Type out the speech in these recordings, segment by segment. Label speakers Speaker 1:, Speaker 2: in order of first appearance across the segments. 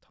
Speaker 1: ta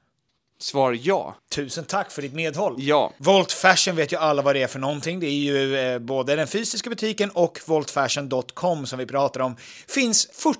Speaker 2: Svar ja.
Speaker 1: Tusen tack för ditt medhåll!
Speaker 2: Ja.
Speaker 1: Volt Fashion vet ju alla vad det är för någonting. Det är ju eh, både den fysiska butiken och voltfashion.com som vi pratar om. Finns 40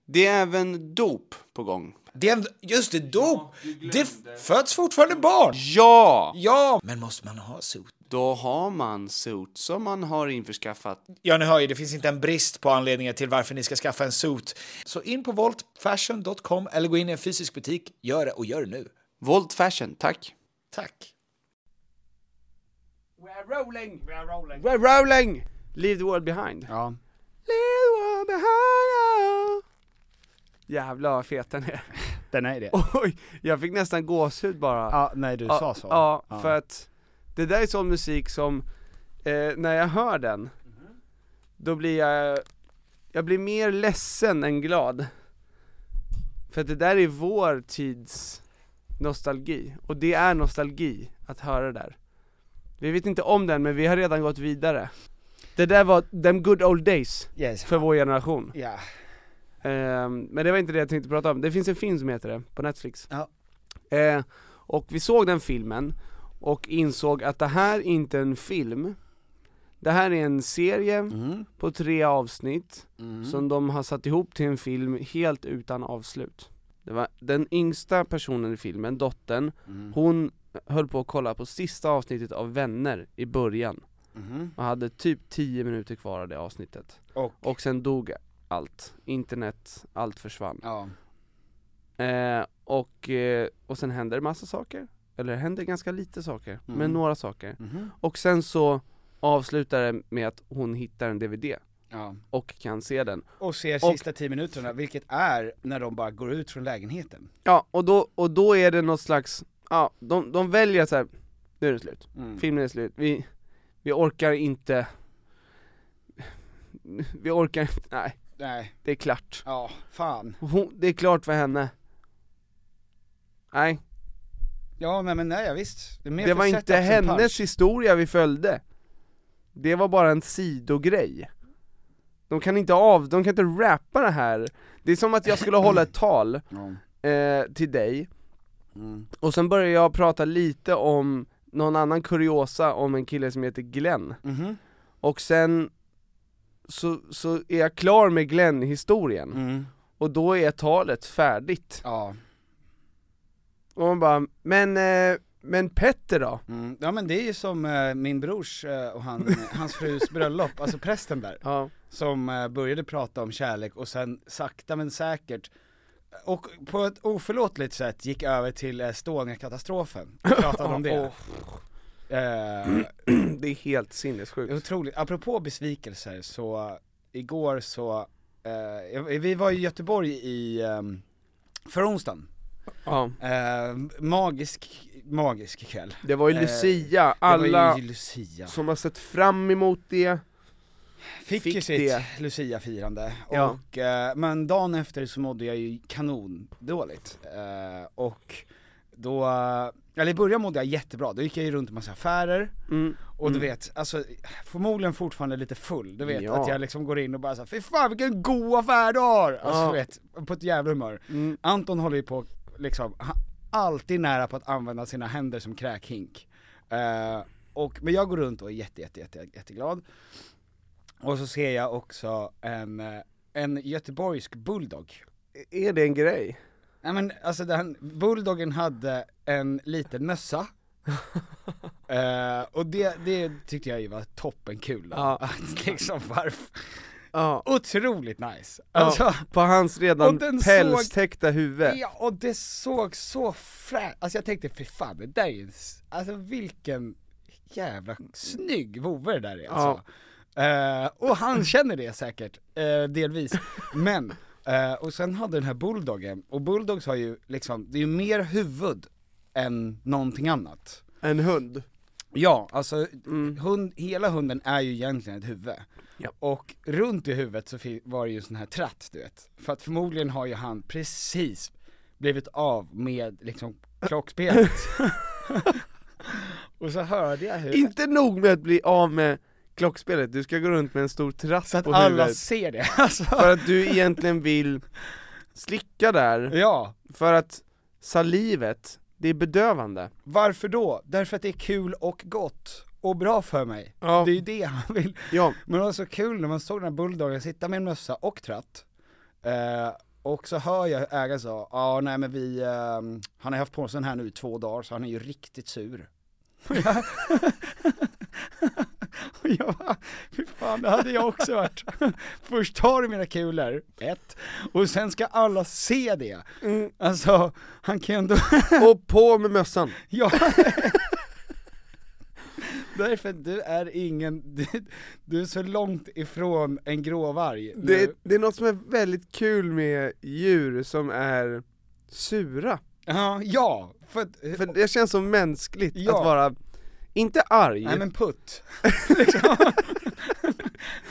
Speaker 2: Det är även dop på gång.
Speaker 1: Det är, en- just det, dop! det föds fortfarande barn!
Speaker 2: Ja!
Speaker 1: Ja! Men måste man ha suits?
Speaker 2: Då har man suits som man har införskaffat.
Speaker 1: Ja, ni hör ju, det finns inte en brist på anledningar till varför ni ska skaffa en suit. Så in på voltfashion.com eller gå in i en fysisk butik. Gör det och gör det nu.
Speaker 2: Volt fashion, tack.
Speaker 1: Tack!
Speaker 3: We're rolling! We're rolling! We're rolling!
Speaker 2: Leave the world behind.
Speaker 3: Ja. Leave the world behind us. Jävlar vad fet den är.
Speaker 1: Den är det.
Speaker 3: Oj, jag fick nästan gåshud bara.
Speaker 1: nej, du
Speaker 3: Ja, Ja, för att det där är sån musik som, eh, när jag hör den, då blir jag, jag blir mer ledsen än glad. För att det där är vår tids nostalgi, och det är nostalgi att höra det där Vi vet inte om den men vi har redan gått vidare Det där var them good old days
Speaker 4: Yes.
Speaker 3: för vår generation
Speaker 4: Ja.
Speaker 3: Ehm, Men det var inte det jag tänkte prata om, det finns en film som heter det, på Netflix
Speaker 4: Ja.
Speaker 3: Eh, Och vi såg den filmen och insåg att det här är inte en film Det här är en serie
Speaker 4: Mm.
Speaker 3: på tre avsnitt som de har satt ihop till en film helt utan avslut Det var den yngsta personen i filmen, dottern,
Speaker 4: Mm.
Speaker 3: hon höll på att kolla på sista avsnittet av Vänner i början och hade typ 10 minuter kvar av det avsnittet
Speaker 4: Mm-hmm. Och?
Speaker 3: och sen dog allt, internet, allt försvann
Speaker 4: Ja.
Speaker 3: Eh, och, eh, och sen händer det massa saker, eller det händer ganska lite saker,
Speaker 4: Mm.
Speaker 3: men några saker.
Speaker 4: Mm-hmm.
Speaker 3: Och sen så avslutar det med att hon hittar en DVD
Speaker 4: ja.
Speaker 3: och kan se den.
Speaker 4: Och ser
Speaker 3: Och-
Speaker 4: sista tio minuterna, vilket är när de bara går ut från lägenheten.
Speaker 3: Ja, och då, och då är det något slags, ja, de, de väljer så här. nu är det slut, filmen är slut, vi, vi orkar inte, vi orkar inte, nej,
Speaker 4: Nej,
Speaker 3: det är klart.
Speaker 4: ja, fan.
Speaker 3: Hon, det är klart för henne. Nej,
Speaker 4: Ja nej, men nej, ja, visst. Det, är mer
Speaker 3: Det
Speaker 4: för
Speaker 3: var
Speaker 4: setup
Speaker 3: inte
Speaker 4: än
Speaker 3: hennes
Speaker 4: punch.
Speaker 3: historia vi följde Det var bara en sidogrej De kan inte av, de kan inte rappa det här Det är som att jag skulle hålla ett tal eh, till dig
Speaker 4: Mm.
Speaker 3: Och sen börjar jag prata lite om någon annan kuriosa om en kille som heter Glenn
Speaker 4: Mhm.
Speaker 3: Och sen så, så är jag klar med Glenn-historien Och då är talet färdigt
Speaker 4: Mm. Ja.
Speaker 3: Och man bara, men, eh, men Petter då?
Speaker 4: Mm. ja, men det är ju som eh, min brors eh, och han, hans frus bröllop, alltså prästen där.
Speaker 3: Ja.
Speaker 4: som eh, började prata om kärlek och sen sakta men säkert och på ett oförlåtligt sätt gick över till eh, Estonia-katastrofen och pratade om det. Eh,
Speaker 3: Det är helt sinnessjukt.
Speaker 4: det är otroligt, apropå besvikelser så eh, igår så, eh, vi var i Göteborg i, eh, förra onsdagen,
Speaker 3: Ja.
Speaker 4: eh, magisk, magisk kväll.
Speaker 3: Det var ju
Speaker 4: Eh,
Speaker 3: Lucia,
Speaker 4: det
Speaker 3: alla
Speaker 4: var ju Lucia.
Speaker 3: som har sett fram emot det,
Speaker 4: Fick, ju
Speaker 3: Fick
Speaker 4: sitt
Speaker 3: det.
Speaker 4: Lucia-firande,
Speaker 3: Ja.
Speaker 4: och, eh, men dagen efter så mådde jag ju kanondåligt. Eh, och då, eller i början mådde jag jättebra, då gick jag ju runt i massa affärer,
Speaker 3: Mm.
Speaker 4: och du vet, alltså förmodligen fortfarande lite full, du vet
Speaker 3: Ja.
Speaker 4: att jag liksom går in och bara såhär 'Fy fan vilken god affär du har!' Alltså
Speaker 3: Ja. Mm.
Speaker 4: du vet, på ett jävla humör. Anton håller ju på liksom, han- alltid nära på att använda sina händer som kräkhink. Eh, och, men jag går runt och är jätte, jätte, jätte, jätteglad. Och så ser jag också en, eh, en göteborgsk bulldog.
Speaker 3: är det en grej?
Speaker 4: Nej men alltså den, bulldoggen hade en liten mössa. Eh, och det, det tyckte jag ju var toppenkul. då.
Speaker 3: Ja.
Speaker 4: Att liksom varför.
Speaker 3: Ja.
Speaker 4: Otroligt nice.
Speaker 3: ja.
Speaker 4: Alltså,
Speaker 3: På hans redan
Speaker 4: Och den
Speaker 3: pälstäckta huvud.
Speaker 4: ja och det såg så fräscht, alltså jag tänkte fy fan det där är ju, en s- alltså vilken jävla snygg vovve det där är alltså.
Speaker 3: Ja.
Speaker 4: Eh, och han känner det säkert, eh, delvis. Men, eh, och sen hade den här bulldoggen, och bulldogs har ju liksom, det är ju mer huvud än någonting annat.
Speaker 3: En hund.
Speaker 4: Eh. Ja, alltså hund, hela hunden är ju egentligen ett huvud.
Speaker 3: Mm. Ja.
Speaker 4: Och runt i huvudet så fi- var det ju en sån här tratt du vet. För att förmodligen har ju han precis blivit av med liksom klockspelet. och så hörde jag hur,
Speaker 3: Inte nog med att bli av med klockspelet, du ska gå runt med en stor tratt
Speaker 4: så att
Speaker 3: på
Speaker 4: alla
Speaker 3: huvudet.
Speaker 4: ser det alltså.
Speaker 3: För att du egentligen vill slicka där,
Speaker 4: Ja,
Speaker 3: för att salivet, det är bedövande.
Speaker 4: varför då? Därför att det är kul och gott och bra för mig.
Speaker 3: Ja.
Speaker 4: Det är ju det han vill.
Speaker 3: Ja.
Speaker 4: Men det var så kul när man såg den här bulldoggen sitta med en mössa och tratt, eh, och så hör jag hur ägaren sa, ja nej men vi, ehm, han har haft på sig den här nu i två dagar så han är ju riktigt sur. Och jag bara, fy fan det hade jag också varit. Först tar du mina kulor, ett, och sen ska alla se det.
Speaker 3: Mm.
Speaker 4: Alltså, han kan ju ändå
Speaker 3: Och på med mössan.
Speaker 4: Ja. Därför att du är ingen, du, du är så långt ifrån en gråvarg nu.
Speaker 3: Det, det är något som är väldigt kul med djur som är sura.
Speaker 4: Ja, ja, för att, eh,
Speaker 3: För det känns så mänskligt
Speaker 4: Ja.
Speaker 3: att vara Inte arg,
Speaker 4: Nej men putt. liksom.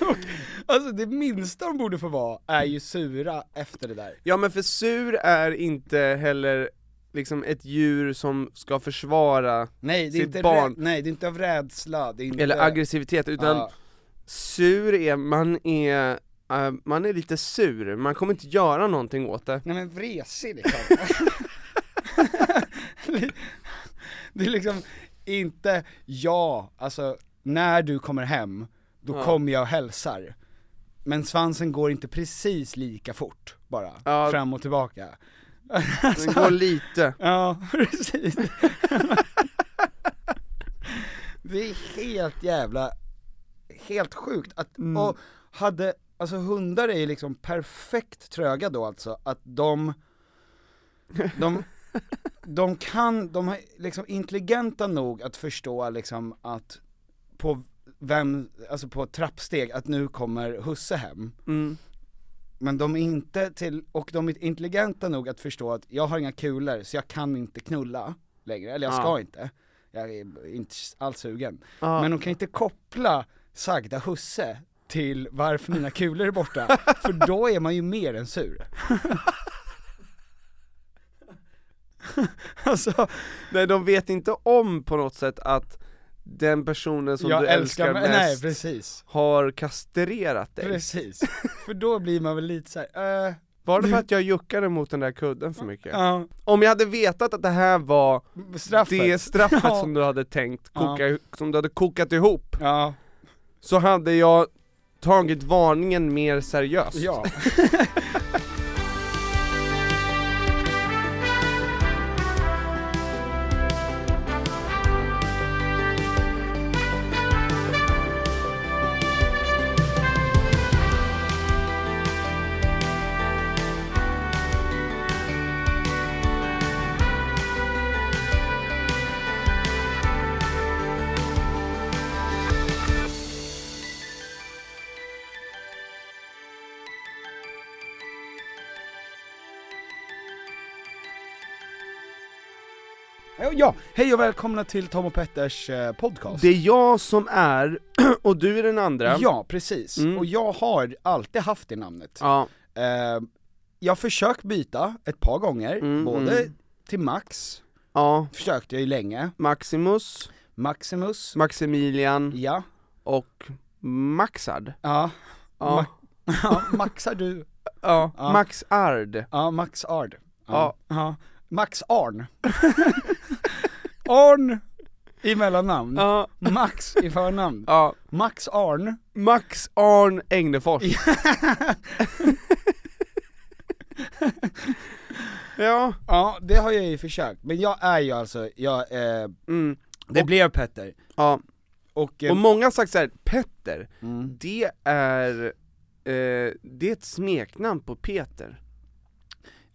Speaker 4: Och, alltså det minsta de borde få vara är ju sura efter det där.
Speaker 3: ja men för sur är inte heller liksom ett djur som ska försvara,
Speaker 4: Nej det, är
Speaker 3: Sitt
Speaker 4: inte
Speaker 3: barn.
Speaker 4: Rä- nej det är inte av rädsla, det är inte...
Speaker 3: eller aggressivitet, utan
Speaker 4: Ja.
Speaker 3: sur är, man är, eh, man är lite sur, man kommer inte göra någonting åt det
Speaker 4: Nej men vresig liksom. det är liksom inte ja, alltså när du kommer hem, då kommer jag och hälsar. Men svansen går inte precis lika fort bara,
Speaker 3: Ja.
Speaker 4: fram och tillbaka. Alltså,
Speaker 3: Den går lite
Speaker 4: Ja, precis. det är helt jävla, helt sjukt att,
Speaker 3: Mm.
Speaker 4: och hade, alltså hundar är ju liksom perfekt tröga då alltså, att de, de, de kan, de är liksom intelligenta nog att förstå liksom att på vem, alltså på ett trappsteg, att nu kommer husse hem.
Speaker 3: Mm.
Speaker 4: Men de är inte till, och de är intelligenta nog att förstå att jag har inga kulor så jag kan inte knulla längre, eller jag ska inte. Jag är inte alls sugen. Men de kan inte koppla sagda husse till varför mina kulor är borta, för då är man ju mer än sur. alltså,
Speaker 3: Nej de vet inte om på något sätt att den personen som
Speaker 4: jag
Speaker 3: du älskar,
Speaker 4: älskar, men- nej
Speaker 3: mest
Speaker 4: precis,
Speaker 3: har kastrerat dig
Speaker 4: precis. För då blir man väl lite såhär, eh,
Speaker 3: Var det för att jag juckade mot den där kudden för mycket?
Speaker 4: ja,
Speaker 3: Om jag hade vetat att det här var
Speaker 4: straffet.
Speaker 3: det straffet
Speaker 4: Ja.
Speaker 3: som du hade tänkt koka, som du hade kokat ihop,
Speaker 4: Ja,
Speaker 3: så hade jag tagit varningen mer seriöst
Speaker 4: ja. Ja, hej och välkomna till Tom och Petters eh, podcast.
Speaker 3: Det är jag som är, och du är den andra
Speaker 4: Ja, precis. Och jag har alltid haft det namnet.
Speaker 3: Ja.
Speaker 4: Eh, jag har försökt byta ett par gånger,
Speaker 3: Mm,
Speaker 4: både till Max,
Speaker 3: Ja.
Speaker 4: försökte jag ju länge,
Speaker 3: Maximus,
Speaker 4: Maximus,
Speaker 3: Maximilian
Speaker 4: ja,
Speaker 3: och Maxard
Speaker 4: ja,
Speaker 3: Ja,
Speaker 4: ja, Maxar du,
Speaker 3: ja. Maxard
Speaker 4: ja, Max Ard.
Speaker 3: Ja.
Speaker 4: ja. Max Arn. Arn i mellannamn,
Speaker 3: Ja,
Speaker 4: Max i förnamn.
Speaker 3: ja.
Speaker 4: Max Arn.
Speaker 3: Max Arn Egnefors Ja,
Speaker 4: Ja, det har jag ju försökt, men jag är ju alltså, jag, eh, det blev Petter.
Speaker 3: ja.
Speaker 4: Och, eh,
Speaker 3: och många har sagt såhär, Petter,
Speaker 4: Mm.
Speaker 3: det är, eh, det är ett smeknamn på Peter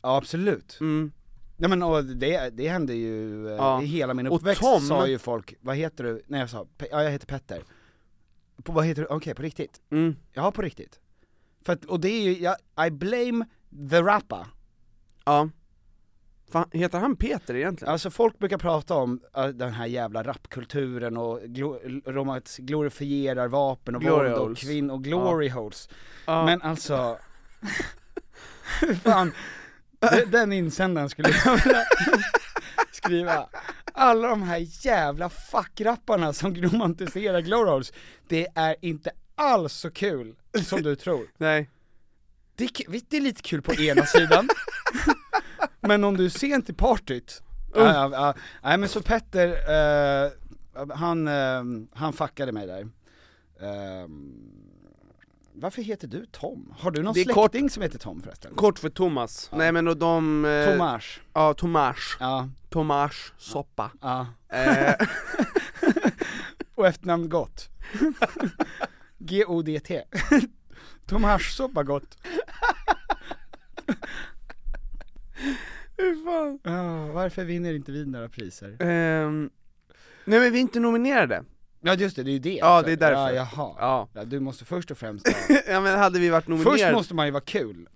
Speaker 4: ja absolut.
Speaker 3: mm.
Speaker 4: Nej men och det, det hände ju eh,
Speaker 3: Ja.
Speaker 4: i hela min
Speaker 3: Och
Speaker 4: uppväxt
Speaker 3: Tom-
Speaker 4: sa ju folk, vad heter du? Nej jag sa, Pe- ja jag heter Petter. På, vad heter du? Okej, på riktigt?
Speaker 3: Mm.
Speaker 4: Ja på riktigt. För att, och det är ju, jag, I blame the rapper.
Speaker 3: Ja Fan, heter han Peter egentligen?
Speaker 4: Alltså folk brukar prata om eh, den här jävla rapkulturen och glo- romat- glorifierar vapen och
Speaker 3: Glory
Speaker 4: våld och
Speaker 3: holes.
Speaker 4: kvinn och glory holes.
Speaker 3: Ja.
Speaker 4: Men alltså, fan, de- den insändaren skulle jag vilja skriva. Alla de här jävla fuckrapparna som romantiserar glory holes, det är inte alls så kul som du tror.
Speaker 3: Nej
Speaker 4: Det är, ku- det är lite kul på ena sidan, men om du är sent i partyt, ja, ja, ja. nej men så Petter, eh, han, eh, han fuckade mig där. Eh, varför heter du Tom? Har du någon
Speaker 3: Det är kort-
Speaker 4: släkting som heter Tom förresten?
Speaker 3: Kort för Thomas, nej men och de... Eh,
Speaker 4: Tomas,
Speaker 3: Ja, Tomas,
Speaker 4: ja,
Speaker 3: Tomas soppa
Speaker 4: ja.
Speaker 3: eh,
Speaker 4: Och efternamn Gott. G-O-D-T. Tomassoppa Gott.
Speaker 3: Hur fan?
Speaker 4: Ja, varför vinner inte vi några priser?
Speaker 3: Ehm, nej men vi är inte nominerade
Speaker 4: Ja just det, det är ju det.
Speaker 3: Ja, det är därför.
Speaker 4: Ja, jaha.
Speaker 3: Ja.
Speaker 4: Ja, du måste först och främst ha
Speaker 3: Ja men hade vi varit nominerade
Speaker 4: Först måste man ju vara kul,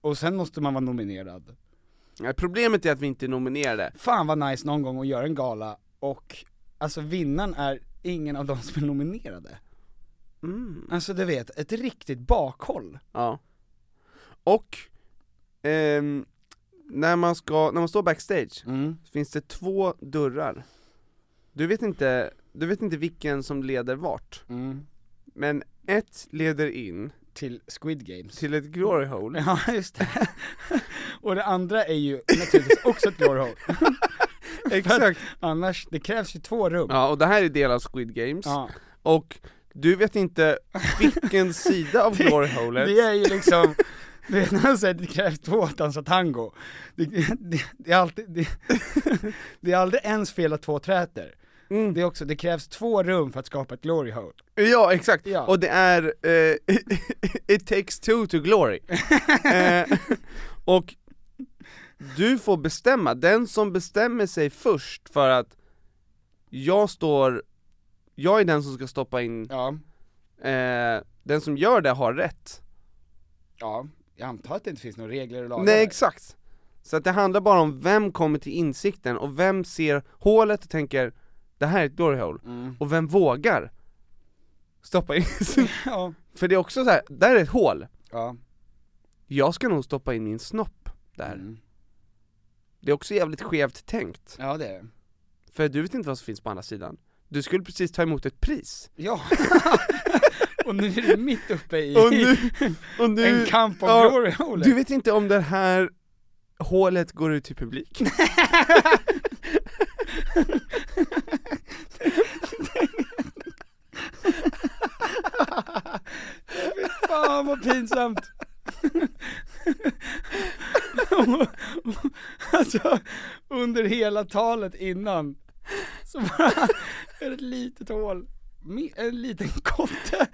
Speaker 4: och sen måste man vara nominerad.
Speaker 3: Nej, Problemet är att vi inte är nominerade
Speaker 4: Fan vad nice någon gång att göra en gala och alltså vinnaren är ingen av de som är nominerade.
Speaker 3: Mm.
Speaker 4: Alltså du vet, ett riktigt bakhåll.
Speaker 3: Ja. Och, ehm, när, man ska, när man står backstage,
Speaker 4: Mm.
Speaker 3: så finns det två dörrar. Du vet inte, du vet inte vilken som leder vart.
Speaker 4: Mm.
Speaker 3: Men ett leder in
Speaker 4: Till Squid Games.
Speaker 3: till ett glory hole,
Speaker 4: Ja, just det. Och det andra är ju naturligtvis också ett glory hole.
Speaker 3: exakt.
Speaker 4: Annars, det krävs ju två rum.
Speaker 3: Ja, och det här är del av Squid Games,
Speaker 4: Ja.
Speaker 3: och du vet inte vilken sida av glory holet
Speaker 4: Det är ju liksom, du vet när han säger att det krävs två att dansa tango, det, det, det, är alltid, det, det är aldrig ens fel att två träter.
Speaker 3: Mm.
Speaker 4: Det, är också, det krävs två rum för att skapa ett glory hole.
Speaker 3: Ja, exakt.
Speaker 4: Ja.
Speaker 3: Och det är eh, It takes two to glory. eh, och du får bestämma, den som bestämmer sig först för att jag står, jag är den som ska stoppa in,
Speaker 4: Ja,
Speaker 3: eh, den som gör det har rätt.
Speaker 4: ja, jag antar att det inte finns några regler och lagar.
Speaker 3: Nej exakt! Så att det handlar bara om vem kommer till insikten och vem ser hålet och tänker det här är ett glory hole,
Speaker 4: Mm.
Speaker 3: och vem vågar stoppa in sin...
Speaker 4: Ja.
Speaker 3: För det är också så här, där är ett hål,
Speaker 4: Ja,
Speaker 3: jag ska nog stoppa in min snopp där.
Speaker 4: Mm.
Speaker 3: Det är också jävligt skevt tänkt,
Speaker 4: ja det är det.
Speaker 3: för du vet inte vad som finns på andra sidan. Du skulle precis ta emot ett pris.
Speaker 4: Ja, och nu är du mitt uppe i
Speaker 3: Och nu, och nu,
Speaker 4: en kamp om
Speaker 3: ja,
Speaker 4: glory hole.
Speaker 3: Du vet inte om det här hålet går ut till publik.
Speaker 4: Fan vad pinsamt! alltså, under hela talet innan så bara är det ett litet hål, med en liten kotte.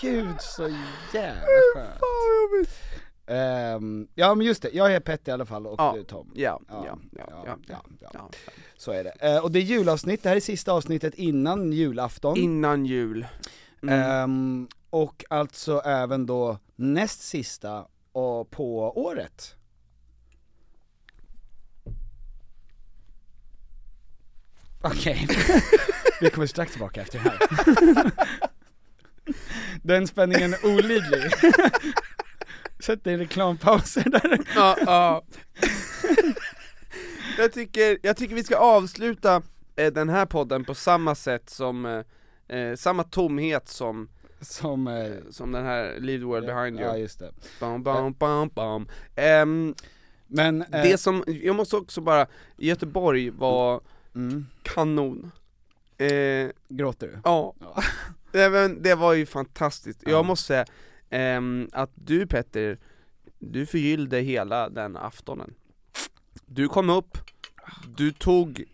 Speaker 4: Gud så jävla skönt. Ehm, ja men just det, jag är Petter i alla fall och
Speaker 3: Ja.
Speaker 4: du Tom.
Speaker 3: Ja, ja, ja, ja,
Speaker 4: ja, ja.
Speaker 3: ja.
Speaker 4: Så är det. Eh, och det är julavsnitt, det här är sista avsnittet innan julafton.
Speaker 3: Innan jul.
Speaker 4: Ehm, och alltså även då näst sista och på året. Okej, vi kommer strax tillbaka efter det här. Den spänningen är olidlig. Sätt dig i reklampauser där.
Speaker 3: Ja, ja. jag, tycker, jag tycker vi ska avsluta eh, den här podden på samma sätt som, eh, eh, samma tomhet som,
Speaker 4: Som... Eh,
Speaker 3: som den här Leave the world behind you.
Speaker 4: ja just det.
Speaker 3: Bam, bam, bam, bam. Ehm,
Speaker 4: Men, eh,
Speaker 3: det som, jag måste också bara, Göteborg var
Speaker 4: Mm.
Speaker 3: kanon. Eh,
Speaker 4: gråter du?
Speaker 3: Ja, Nej, men det var ju fantastiskt. Jag måste säga ehm, att du Petter, du förgyllde hela den aftonen. Du kom upp, du tog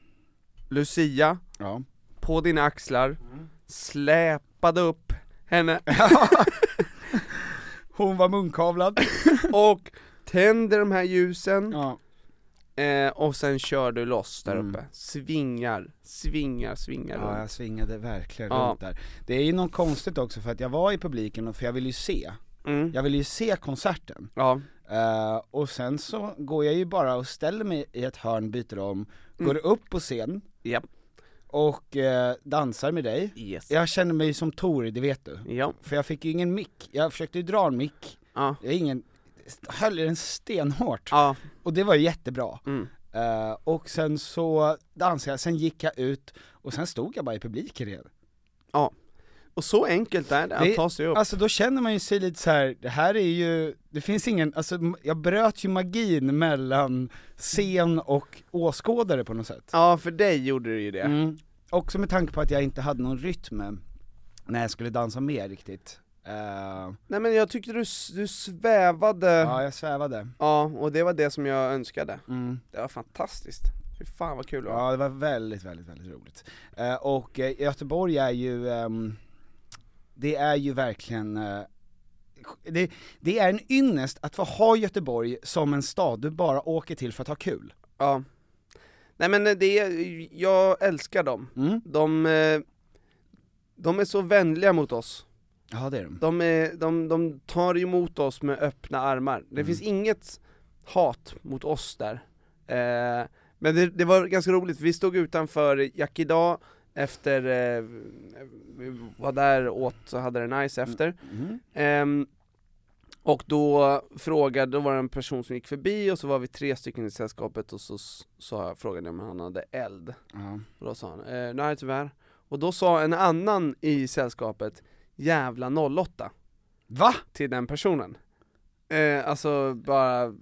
Speaker 3: Lucia
Speaker 4: Ja.
Speaker 3: på dina axlar,
Speaker 4: Mm.
Speaker 3: släpade upp henne
Speaker 4: Hon var munkavlad.
Speaker 3: och tände de här ljusen,
Speaker 4: ja. Mm.
Speaker 3: eh, och sen kör du loss där uppe. Svingar, svingar, svingar
Speaker 4: Ja,
Speaker 3: runt.
Speaker 4: jag svingade verkligen
Speaker 3: Ja.
Speaker 4: runt där. Det är ju något konstigt också för att jag var i publiken och för jag ville ju se.
Speaker 3: Mm.
Speaker 4: Jag ville ju se konserten.
Speaker 3: Ja,
Speaker 4: Eh, och sen så går jag ju bara och ställer mig i ett hörn, byter om,
Speaker 3: Mm.
Speaker 4: går upp på scen
Speaker 3: japp,
Speaker 4: och eh, dansar med dig.
Speaker 3: yes.
Speaker 4: Jag känner mig som Tori, det vet du.
Speaker 3: Ja,
Speaker 4: För jag fick ju ingen mick, jag försökte ju dra en mick,
Speaker 3: ja,
Speaker 4: jag ingen, höll i den stenhårt.
Speaker 3: ja, Mm.
Speaker 4: Och det var jättebra. Eh, och sen så dansade jag, sen gick jag ut och sen stod jag bara i publiken igen.
Speaker 3: ja. Och så enkelt är det att
Speaker 4: Det-
Speaker 3: ta sig upp.
Speaker 4: Alltså då känner man ju sig lite så här. det här är ju, det finns ingen, alltså m- jag bröt ju magin mellan scen och åskådare på något sätt.
Speaker 3: Ja, för dig gjorde du ju det.
Speaker 4: Mm. Också med tanke på att jag inte hade någon rytm när jag skulle dansa med riktigt. Eh,
Speaker 3: Nej men jag tyckte du, s- du svävade, ja.
Speaker 4: ja, jag svävade.
Speaker 3: och det var det som jag önskade.
Speaker 4: Mm.
Speaker 3: Det var fantastiskt. Fy fan vad kul det var.
Speaker 4: Ja, det var väldigt, väldigt, väldigt roligt. Eh, och eh, Göteborg är ju, ehm, det är ju verkligen, eh, det, det är en ynnest att få ha Göteborg som en stad du bara åker till för att ha kul.
Speaker 3: Ja. Nej men eh, det, är- jag älskar dem.
Speaker 4: Mm.
Speaker 3: De, eh, de är så vänliga mot oss.
Speaker 4: Ja det är de.
Speaker 3: De, är, de, de tar emot oss med öppna armar. Det finns inget hat mot oss där. Eh, Men det, det var ganska roligt, vi stod utanför Jack idag efter, eh, vi var där åt så hade det nice efter Ehm, Och då frågade, då var det en person som gick förbi och så var vi tre stycken i sällskapet och så s- sa jag, frågade jag om han hade eld
Speaker 4: Ja.
Speaker 3: Och då sa han, eh, nej tyvärr Och då sa en annan i sällskapet, jävla 08
Speaker 4: Va?
Speaker 3: till den personen eh, Alltså bara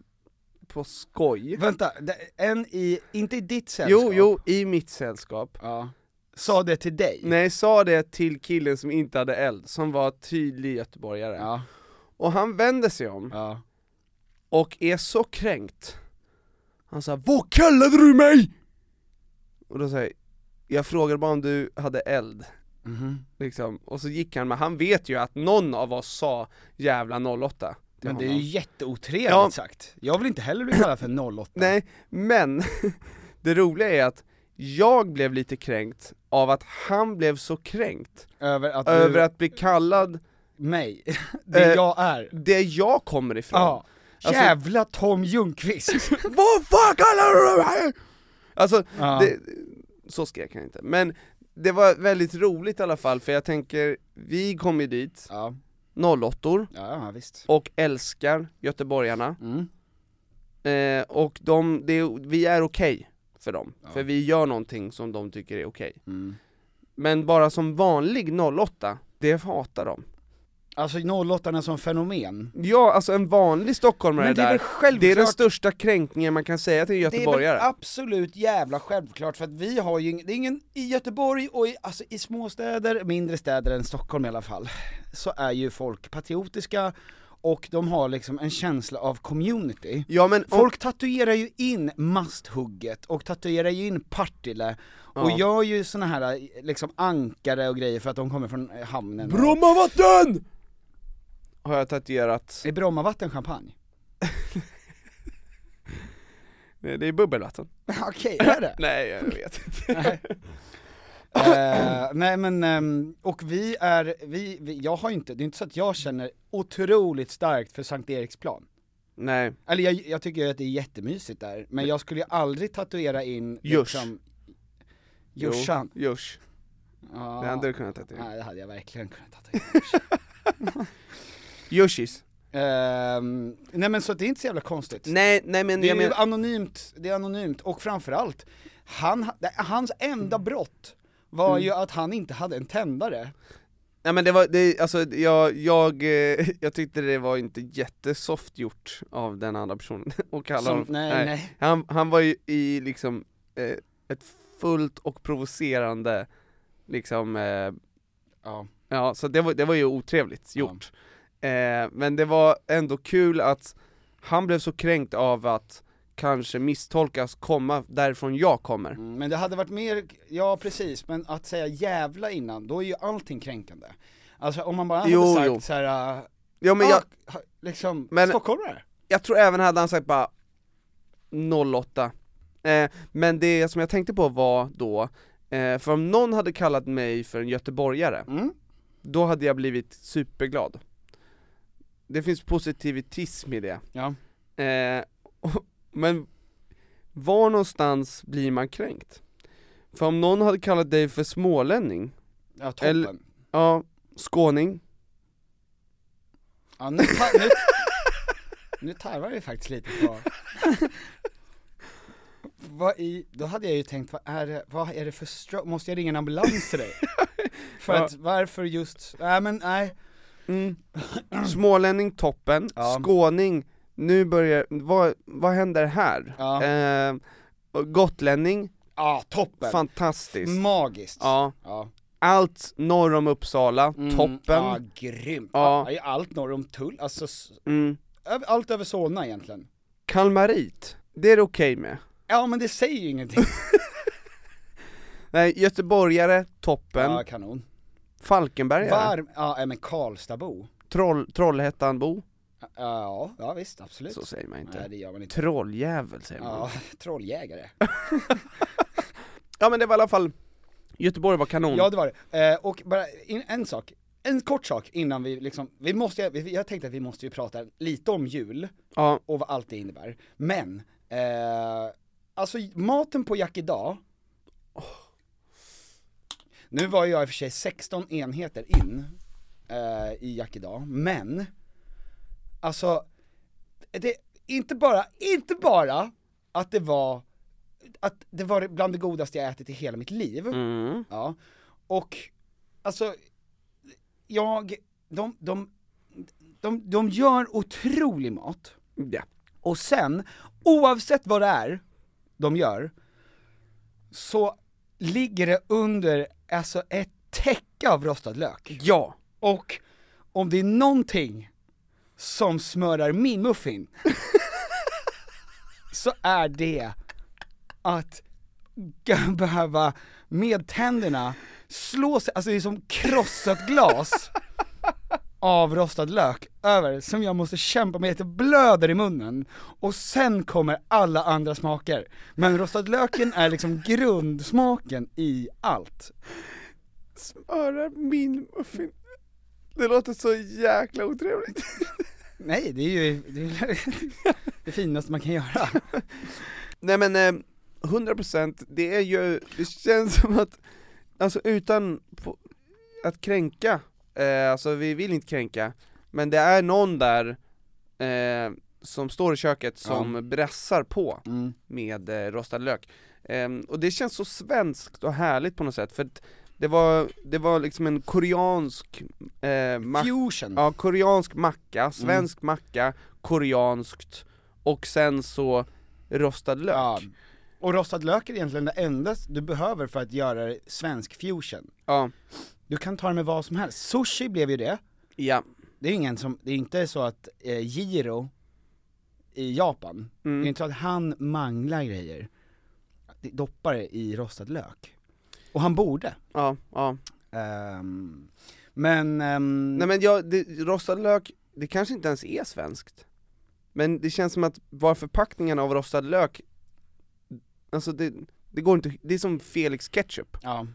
Speaker 3: på skoj
Speaker 4: Vänta, det- en i, inte i ditt sällskap?
Speaker 3: Jo, jo, i mitt sällskap
Speaker 4: Ja. Sa det till dig?
Speaker 3: Nej, sa det till killen som inte hade eld, som var tydlig göteborgare
Speaker 4: Ja,
Speaker 3: Och han vände sig om
Speaker 4: ja.
Speaker 3: och är så kränkt Han sa 'Vad kallade du mig?' Och då säger jag, jag frågade bara om du hade eld
Speaker 4: Mhm.
Speaker 3: Liksom, och så gick han med, han vet ju att någon av oss sa 'jävla 08' till
Speaker 4: Men det är
Speaker 3: honom.
Speaker 4: ju jätteotrevligt
Speaker 3: Ja.
Speaker 4: sagt. Jag vill inte heller bli kallad för 08.
Speaker 3: Nej, men det roliga är att jag blev lite kränkt av att han blev så kränkt
Speaker 4: Över att
Speaker 3: över
Speaker 4: du,
Speaker 3: att bli kallad
Speaker 4: mig, det
Speaker 3: Eh,
Speaker 4: jag är.
Speaker 3: det jag kommer ifrån.
Speaker 4: Ja.
Speaker 3: Alltså-
Speaker 4: Jävla Tom Ljungqvist!
Speaker 3: Vad fan kallar du mig? Alltså,
Speaker 4: Ja.
Speaker 3: det, så skrek han inte. Men det var väldigt roligt i alla fall, för jag tänker, vi kom ju dit,
Speaker 4: ja.
Speaker 3: 08
Speaker 4: ja, ja, visst.
Speaker 3: och älskar göteborgarna.
Speaker 4: Mm.
Speaker 3: Eh, och de, det, vi är okej för dem, för vi gör någonting som de tycker är okej.
Speaker 4: Mm.
Speaker 3: Men bara som vanlig 08, det hatar de.
Speaker 4: Alltså 08 som fenomen.
Speaker 3: Ja, alltså en vanlig stockholmare
Speaker 4: Men det är väl
Speaker 3: där, det är den
Speaker 4: självklart-
Speaker 3: största kränkningen man kan säga till en göteborgare.
Speaker 4: Det är väl absolut jävla självklart för att vi har ju, ing- det är ingen, i Göteborg och i, alltså i småstäder, mindre städer än Stockholm i alla fall, så är ju folk patriotiska och de har liksom en känsla av community.
Speaker 3: Ja men om-
Speaker 4: Folk tatuerar ju in masthugget och tatuerar ju in Partille och
Speaker 3: Ja.
Speaker 4: gör ju såna här eh, liksom ankare och grejer för att de kommer från eh, hamnen.
Speaker 3: Brommavatten! Har jag tatuerat,
Speaker 4: Är Brommavatten champagne?
Speaker 3: Nej, det är bubbelvatten
Speaker 4: Okej, är det?
Speaker 3: Nej jag vet inte
Speaker 4: Nej. Eh, nej men, ehm, och vi är, vi, vi, jag har ju inte, det är inte så att jag känner otroligt starkt för Sankt Eriksplan.
Speaker 3: Nej,
Speaker 4: Eller jag, jag tycker ju att det är jättemysigt där, men jag skulle ju aldrig tatuera in liksom
Speaker 3: Djurs. jo,
Speaker 4: Jursan.
Speaker 3: Jusch,
Speaker 4: Ja.
Speaker 3: det hade du kunnat tatuera
Speaker 4: Nej det hade jag verkligen kunnat tatuera.
Speaker 3: Juschis
Speaker 4: Ehm, nej men så att det är inte så jävla konstigt.
Speaker 3: Nej, nej men
Speaker 4: det är
Speaker 3: jag
Speaker 4: ju
Speaker 3: menar,
Speaker 4: anonymt, det är anonymt, och framförallt, han, hans enda brott var
Speaker 3: Mm.
Speaker 4: ju att han inte hade en tändare
Speaker 3: nej men det var, det, alltså jag, jag, eh, jag tyckte det var inte jättesoft gjort av den andra personen och kalla
Speaker 4: Som-
Speaker 3: honom
Speaker 4: nej, nej.
Speaker 3: Han, han var ju i liksom, eh, ett fullt och provocerande liksom eh,
Speaker 4: Ja.
Speaker 3: Ja, så det var, det var ju otrevligt
Speaker 4: Ja.
Speaker 3: gjort. Eh, men det var ändå kul att han blev så kränkt av att kanske misstolkas komma därifrån jag kommer.
Speaker 4: Mm, Men det hade varit mer, ja precis, men att säga jävla innan, då är ju allting kränkande. Alltså om man bara hade
Speaker 3: Jo,
Speaker 4: sagt
Speaker 3: jo.
Speaker 4: såhär, äh,
Speaker 3: Ja men jag,
Speaker 4: ah, liksom,
Speaker 3: Men-
Speaker 4: stockholmare?
Speaker 3: jag tror även hade han sagt bara 08 eh, Men det som jag tänkte på var då, eh, för om någon hade kallat mig för en göteborgare,
Speaker 4: Mm.
Speaker 3: då hade jag blivit superglad. Det finns positivitism i det.
Speaker 4: Ja.
Speaker 3: Eh, och- men var någonstans blir man kränkt? För om någon hade kallat dig för smålänning,
Speaker 4: Ja, toppen.
Speaker 3: Eller- ja, skåning,
Speaker 4: Ja, nu, ta, nu, nu tarvar vi faktiskt lite på... vad i, då hade jag ju tänkt, vad är det, vad är det för stroke, måste jag ringa en ambulans till dig? För
Speaker 3: Ja.
Speaker 4: att varför just, nej men nej,
Speaker 3: mm. smålänning toppen,
Speaker 4: Ja.
Speaker 3: skåning, nu börjar, vad, vad händer här?
Speaker 4: Ja.
Speaker 3: Eh, och gotlänning,
Speaker 4: ja toppen,
Speaker 3: fantastiskt.
Speaker 4: magiskt.
Speaker 3: Ja,
Speaker 4: Ja.
Speaker 3: allt norr om Uppsala,
Speaker 4: Mm,
Speaker 3: toppen.
Speaker 4: Ja, grymt.
Speaker 3: Ja.
Speaker 4: Ja. i allt norr om Tull, alltså s-
Speaker 3: Mm.
Speaker 4: över- allt över Solna egentligen.
Speaker 3: Kalmarit, det är det okej med.
Speaker 4: Ja men det säger ju ingenting.
Speaker 3: Nej, göteborgare, toppen.
Speaker 4: Ja, kanon.
Speaker 3: Falkenbergare,
Speaker 4: Varm, ja nej, men Karlstadbo.
Speaker 3: Troll, Trollhättanbo.
Speaker 4: Ja, ja visst, absolut.
Speaker 3: Så säger man inte.
Speaker 4: Nej det gör man inte.
Speaker 3: Trolljävel säger man.
Speaker 4: Ja, trolljägare.
Speaker 3: Mm. Ja men det var i alla fall, Göteborg var kanon.
Speaker 4: Ja det var det. Eh, och bara in, en sak, en kort sak innan vi liksom, vi måste, vi- jag tänkte att vi måste ju prata lite om jul
Speaker 3: Ja,
Speaker 4: och vad allt det innebär. Men, eh, alltså maten på Jack idag Nu var jag i och för sig 16 enheter in eh, i Jack idag, men Alltså, det, inte bara, inte bara att det var, att det var bland det godaste jag ätit i hela mitt liv Ja, och alltså, jag, de, de, de, de gör otrolig mat
Speaker 3: Ja.
Speaker 4: och sen, oavsett vad det är de gör, så ligger det under alltså ett täcke av rostad lök.
Speaker 3: Ja.
Speaker 4: Och om det är någonting som smörar min muffin, så är det att g- behöva med tänderna slå sig, alltså det är som krossat glas av rostad lök över som jag måste kämpa med, det blöder i munnen och sen kommer alla andra smaker. Men rostad löken är liksom grundsmaken i allt.
Speaker 3: Smörar min muffin. Det låter så jäkla otrevligt.
Speaker 4: Nej, det är ju det, är, det finaste man kan göra.
Speaker 3: Nej men, eh, 100% det är ju, det känns som att, alltså utan på, att kränka, eh, alltså vi vill inte kränka, men det är någon där eh, som står i köket som brassar på med eh, rostad lök. Eh, och det känns så svenskt och härligt på något sätt, för att det var, det var liksom en koreansk eh, mack-
Speaker 4: Fusion.
Speaker 3: Ja, koreansk
Speaker 4: Mm.
Speaker 3: macka, svensk macka, koreanskt och sen så rostad lök.
Speaker 4: Ja. Och rostad lök är egentligen det enda du behöver för att göra svensk fusion.
Speaker 3: Ja.
Speaker 4: Du kan ta det med vad som helst. Sushi blev ju det.
Speaker 3: Ja.
Speaker 4: Det är ingen som, det är inte så att eh, Jiro i Japan,
Speaker 3: Mm,
Speaker 4: det är inte så att han manglar grejer, Det- doppar det i rostad lök. Och han borde.
Speaker 3: Ja, ja.
Speaker 4: Mm. Ehm, men, ehm,
Speaker 3: Nej men jag, det, rostad lök, det kanske inte ens är svenskt. Men det känns som att bara förpackningen av rostad lök, alltså det, det går inte, det är som Felix ketchup.
Speaker 4: ja.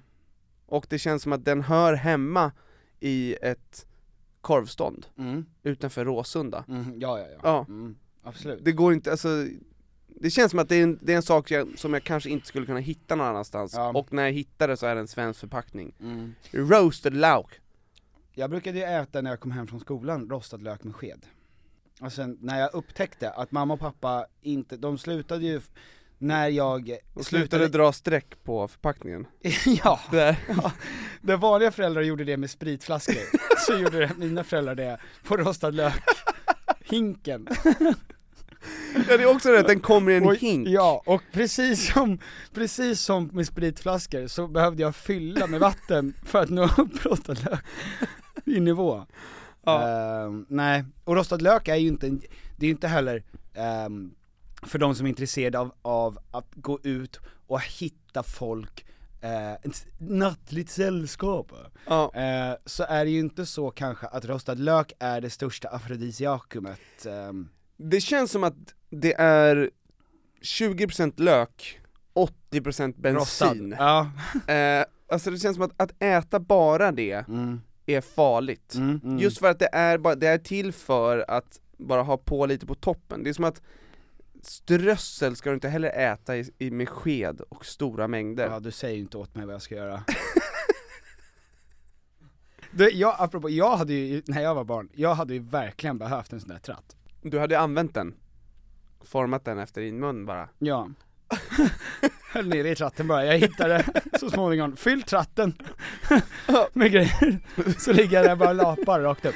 Speaker 3: Och det känns som att den hör hemma i ett korvstånd
Speaker 4: Mm,
Speaker 3: utanför Råsunda.
Speaker 4: mm, ja, ja, ja.
Speaker 3: Ja.
Speaker 4: Mm, absolut.
Speaker 3: Det går inte, alltså det känns som att det är en, det är en sak jag, som jag kanske inte skulle kunna hitta någon annanstans,
Speaker 4: Ja. Mm.
Speaker 3: och när jag hittar det så är det en svensk förpackning. Roasted lauk!
Speaker 4: Jag brukade ju äta när jag kom hem från skolan, rostad lök med sked. Och sen när jag upptäckte att mamma och pappa inte, de slutade ju, f- när jag
Speaker 3: Och slutade dra streck på förpackningen.
Speaker 4: ja,
Speaker 3: Där.
Speaker 4: ja, när vanliga föräldrar gjorde det med spritflaskor, så gjorde det, mina föräldrar det på rostad lök. Hinken.
Speaker 3: Ja det är också det att den kommer i en
Speaker 4: Och-
Speaker 3: hink.
Speaker 4: Ja, och precis som, precis som med spritflaskor så behövde jag fylla med vatten för att nå upp rostad lök i nivå. Ehm, nej, och rostad lök är ju inte, en- det är ju inte heller, ehm, för de som är intresserade av, av att gå ut och hitta folk, eh, ett nattligt sällskap.
Speaker 3: Ja.
Speaker 4: Eh, så är det ju inte så kanske att rostad lök är det största afrodisiakumet. ehm,
Speaker 3: Det känns som att det är 20% lök, 80%
Speaker 4: rostad.
Speaker 3: bensin.
Speaker 4: Ja.
Speaker 3: Eh, alltså det känns som att, att äta bara det är farligt. Just för att det är, bara, det är till för att bara ha på lite på toppen. Det är som att strössel ska du inte heller äta i, i, med sked och stora mängder.
Speaker 4: Ja, du säger ju inte åt mig vad jag ska göra. du, jag, apropå, jag hade ju, när jag var barn, jag hade ju verkligen behövt en sån där tratt.
Speaker 3: Du hade använt den, format den efter din mun bara.
Speaker 4: Ja. Höll nere i tratten bara, jag hittade så småningom, fyll tratten med grejer. Så ligger jag där bara och lapar rakt upp.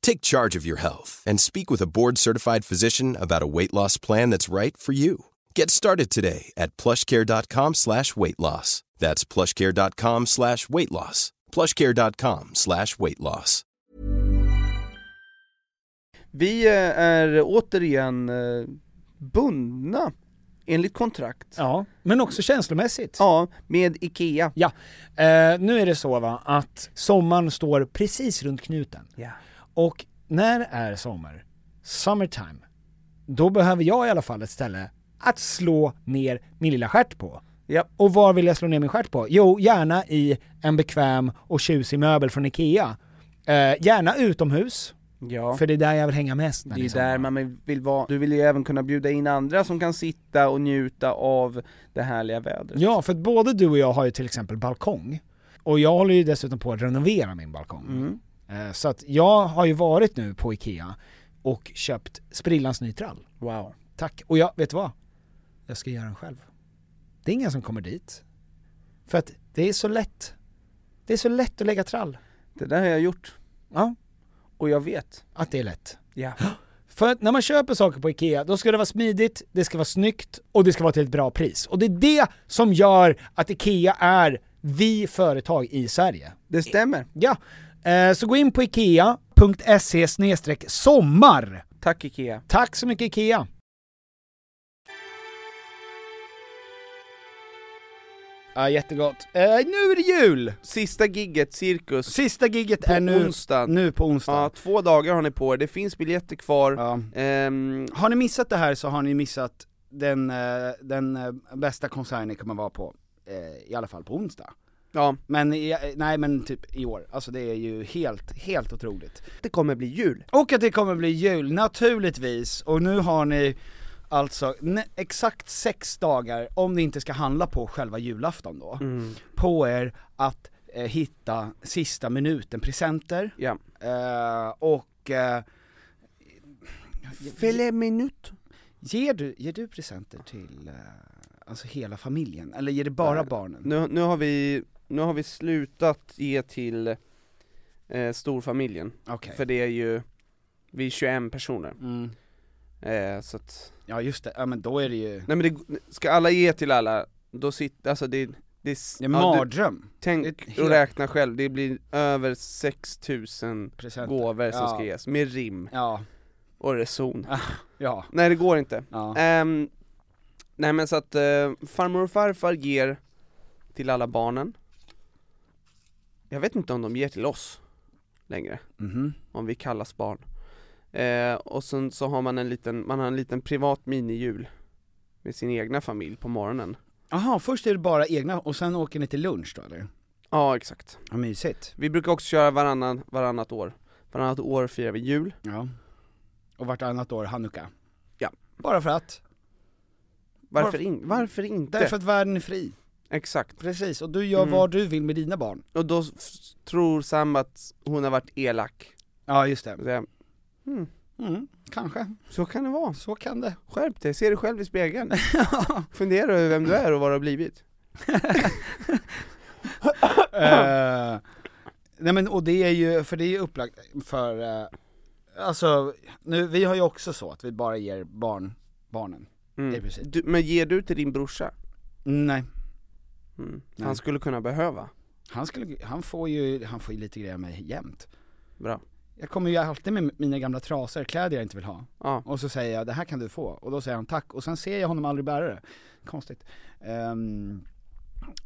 Speaker 5: Take charge of your health and speak with a board-certified physician about a weight loss plan that's right for you. Get started today at plushcare.com slash weight loss. That's plushcare.com slash weight loss. plushcare.com slash weight loss.
Speaker 3: Vi eh, är återigen eh, bundna, enligt kontrakt.
Speaker 1: Ja, men också känslomässigt.
Speaker 3: Ja, med IKEA.
Speaker 1: Ja, eh, nu är det så va att sommaren står precis runt knuten.
Speaker 3: Ja.
Speaker 1: Och när är sommar? Summertime. Då behöver jag i alla fall ett ställe att slå ner min lilla stjärt på.
Speaker 3: Japp.
Speaker 1: Och var vill jag slå ner min stjärt på? Jo, gärna i en bekväm och tjusig möbel från IKEA. Eh, gärna utomhus,
Speaker 3: Ja.
Speaker 1: för det är där jag vill hänga mest. när liksom.
Speaker 3: Det är
Speaker 1: är
Speaker 3: ju
Speaker 1: sommar.
Speaker 3: där man vill vara. Du vill ju även kunna bjuda in andra som kan sitta och njuta av det härliga vädret.
Speaker 1: Ja, för att både du och jag har ju till exempel balkong. Och jag håller ju dessutom på att renovera min balkong.
Speaker 3: Mm.
Speaker 1: Eh, Så att jag har ju varit nu på Ikea och köpt sprillans ny trall.
Speaker 3: Wow.
Speaker 1: Tack. Och jag, vet du vad? Jag ska göra den själv. Det är ingen som kommer dit. För att det är så lätt. Det är så lätt att lägga trall.
Speaker 3: Det där har jag gjort.
Speaker 1: Ja,
Speaker 3: Och jag vet.
Speaker 1: att det är lätt.
Speaker 3: Ja.
Speaker 1: För att när man köper saker på IKEA, då ska det vara smidigt, det ska vara snyggt och det ska vara till ett bra pris. Och det är det som gör att IKEA är vi företag i Sverige.
Speaker 3: Det stämmer.
Speaker 1: Ja, eh, så gå in på IKEA.se sommar.
Speaker 3: Tack IKEA.
Speaker 1: Tack så mycket IKEA! Ja, jättegott. Eh, nu är det jul!
Speaker 3: Sista gigget, Cirkus.
Speaker 1: Sista gigget
Speaker 3: På
Speaker 1: är nu,
Speaker 3: onsdagen.
Speaker 1: nu på onsdag.
Speaker 3: Ja, två dagar har ni på er. Det finns biljetter kvar.
Speaker 1: Ja.
Speaker 3: Ehm,
Speaker 4: Har ni missat det här så har ni missat den, eh, den eh, bästa konserten ni kommer vara på, eh, i alla fall på onsdag.
Speaker 3: ja.
Speaker 4: Men, i- nej men typ i år, alltså det är ju helt, helt otroligt.
Speaker 3: Det kommer bli jul.
Speaker 4: Och att det kommer bli jul, naturligtvis. Och nu har ni alltså ne- exakt sex dagar, om ni inte ska handla på själva julafton då,
Speaker 3: Mm.
Speaker 4: på er att eh, hitta sista minuten-presenter.
Speaker 3: Ja.
Speaker 4: Eh, och eh,
Speaker 3: Fälle minut.
Speaker 4: ger, du, ger du presenter till eh, alltså hela familjen? Eller ger det bara
Speaker 3: Nej.
Speaker 4: barnen?
Speaker 3: Nu, nu, har vi, nu har vi slutat ge till eh, storfamiljen.
Speaker 4: Okej.
Speaker 3: För det är ju, vi är 21 personer.
Speaker 4: Mm.
Speaker 3: Eh, så att,
Speaker 4: Ja just det, ja men då är det ju
Speaker 3: nej men det, ska alla ge till alla, då sitter, alltså det, det,
Speaker 4: det är en
Speaker 3: ja, du,
Speaker 4: mardröm,
Speaker 3: Tänk
Speaker 4: Ett helt-
Speaker 3: och räkna själv, det blir över 6000
Speaker 4: presenter.
Speaker 3: gåvor som
Speaker 4: ja.
Speaker 3: ska ges, med rim
Speaker 4: Ja,
Speaker 3: och reson.
Speaker 4: ja,
Speaker 3: Nej det går inte.
Speaker 4: ja.
Speaker 3: Ehm, nej men så att eh, farmor och farfar ger till alla barnen Jag vet inte om de ger till oss längre,
Speaker 4: Mhm.
Speaker 3: om vi kallas barn Eh, Och sen så har man en liten, man har en liten privat minijul med sin egna familj på morgonen
Speaker 4: Jaha, först är det bara egna och sen åker ni till lunch då eller?
Speaker 3: Ja exakt,
Speaker 4: Ja, mysigt.
Speaker 3: vi brukar också köra varannan, varannat år Varannat år firar vi jul
Speaker 4: Ja. Och vartannat år hanukka.
Speaker 3: Ja.
Speaker 4: Bara för att.
Speaker 3: Varför,
Speaker 4: Varför-
Speaker 3: in, varför inte?
Speaker 4: Därför att världen är fri.
Speaker 3: Exakt,
Speaker 4: Precis, och du gör
Speaker 3: Mm.
Speaker 4: vad du vill med dina barn.
Speaker 3: och då f- tror Sam att hon har varit elak
Speaker 4: Ja, just det.
Speaker 3: Så jag, hmm,
Speaker 4: Mm, kanske.
Speaker 3: Så kan det vara
Speaker 4: Så kan det.
Speaker 3: Skärp dig, se dig själv i spegeln. Fundera över vem du är och vad du har blivit.
Speaker 4: Eh, nej men och det är ju, för det är ju upplagt för, eh, alltså, nu, vi har ju också så att vi bara ger barn, barnen. Det är precis.
Speaker 3: Du, men ger du till din brorsa?
Speaker 4: Nej.
Speaker 3: Mm.
Speaker 4: Nej.
Speaker 3: Han skulle kunna behöva.
Speaker 4: Han skulle, han får ju, han får ju lite grejer av mig jämt.
Speaker 3: Bra.
Speaker 4: Jag kommer ju alltid med mina gamla trasor, kläder jag inte vill ha.
Speaker 3: Ja.
Speaker 4: Och så säger jag, det här kan du få. Och då säger han tack, och sen ser jag honom aldrig bära det. Konstigt. Ehm,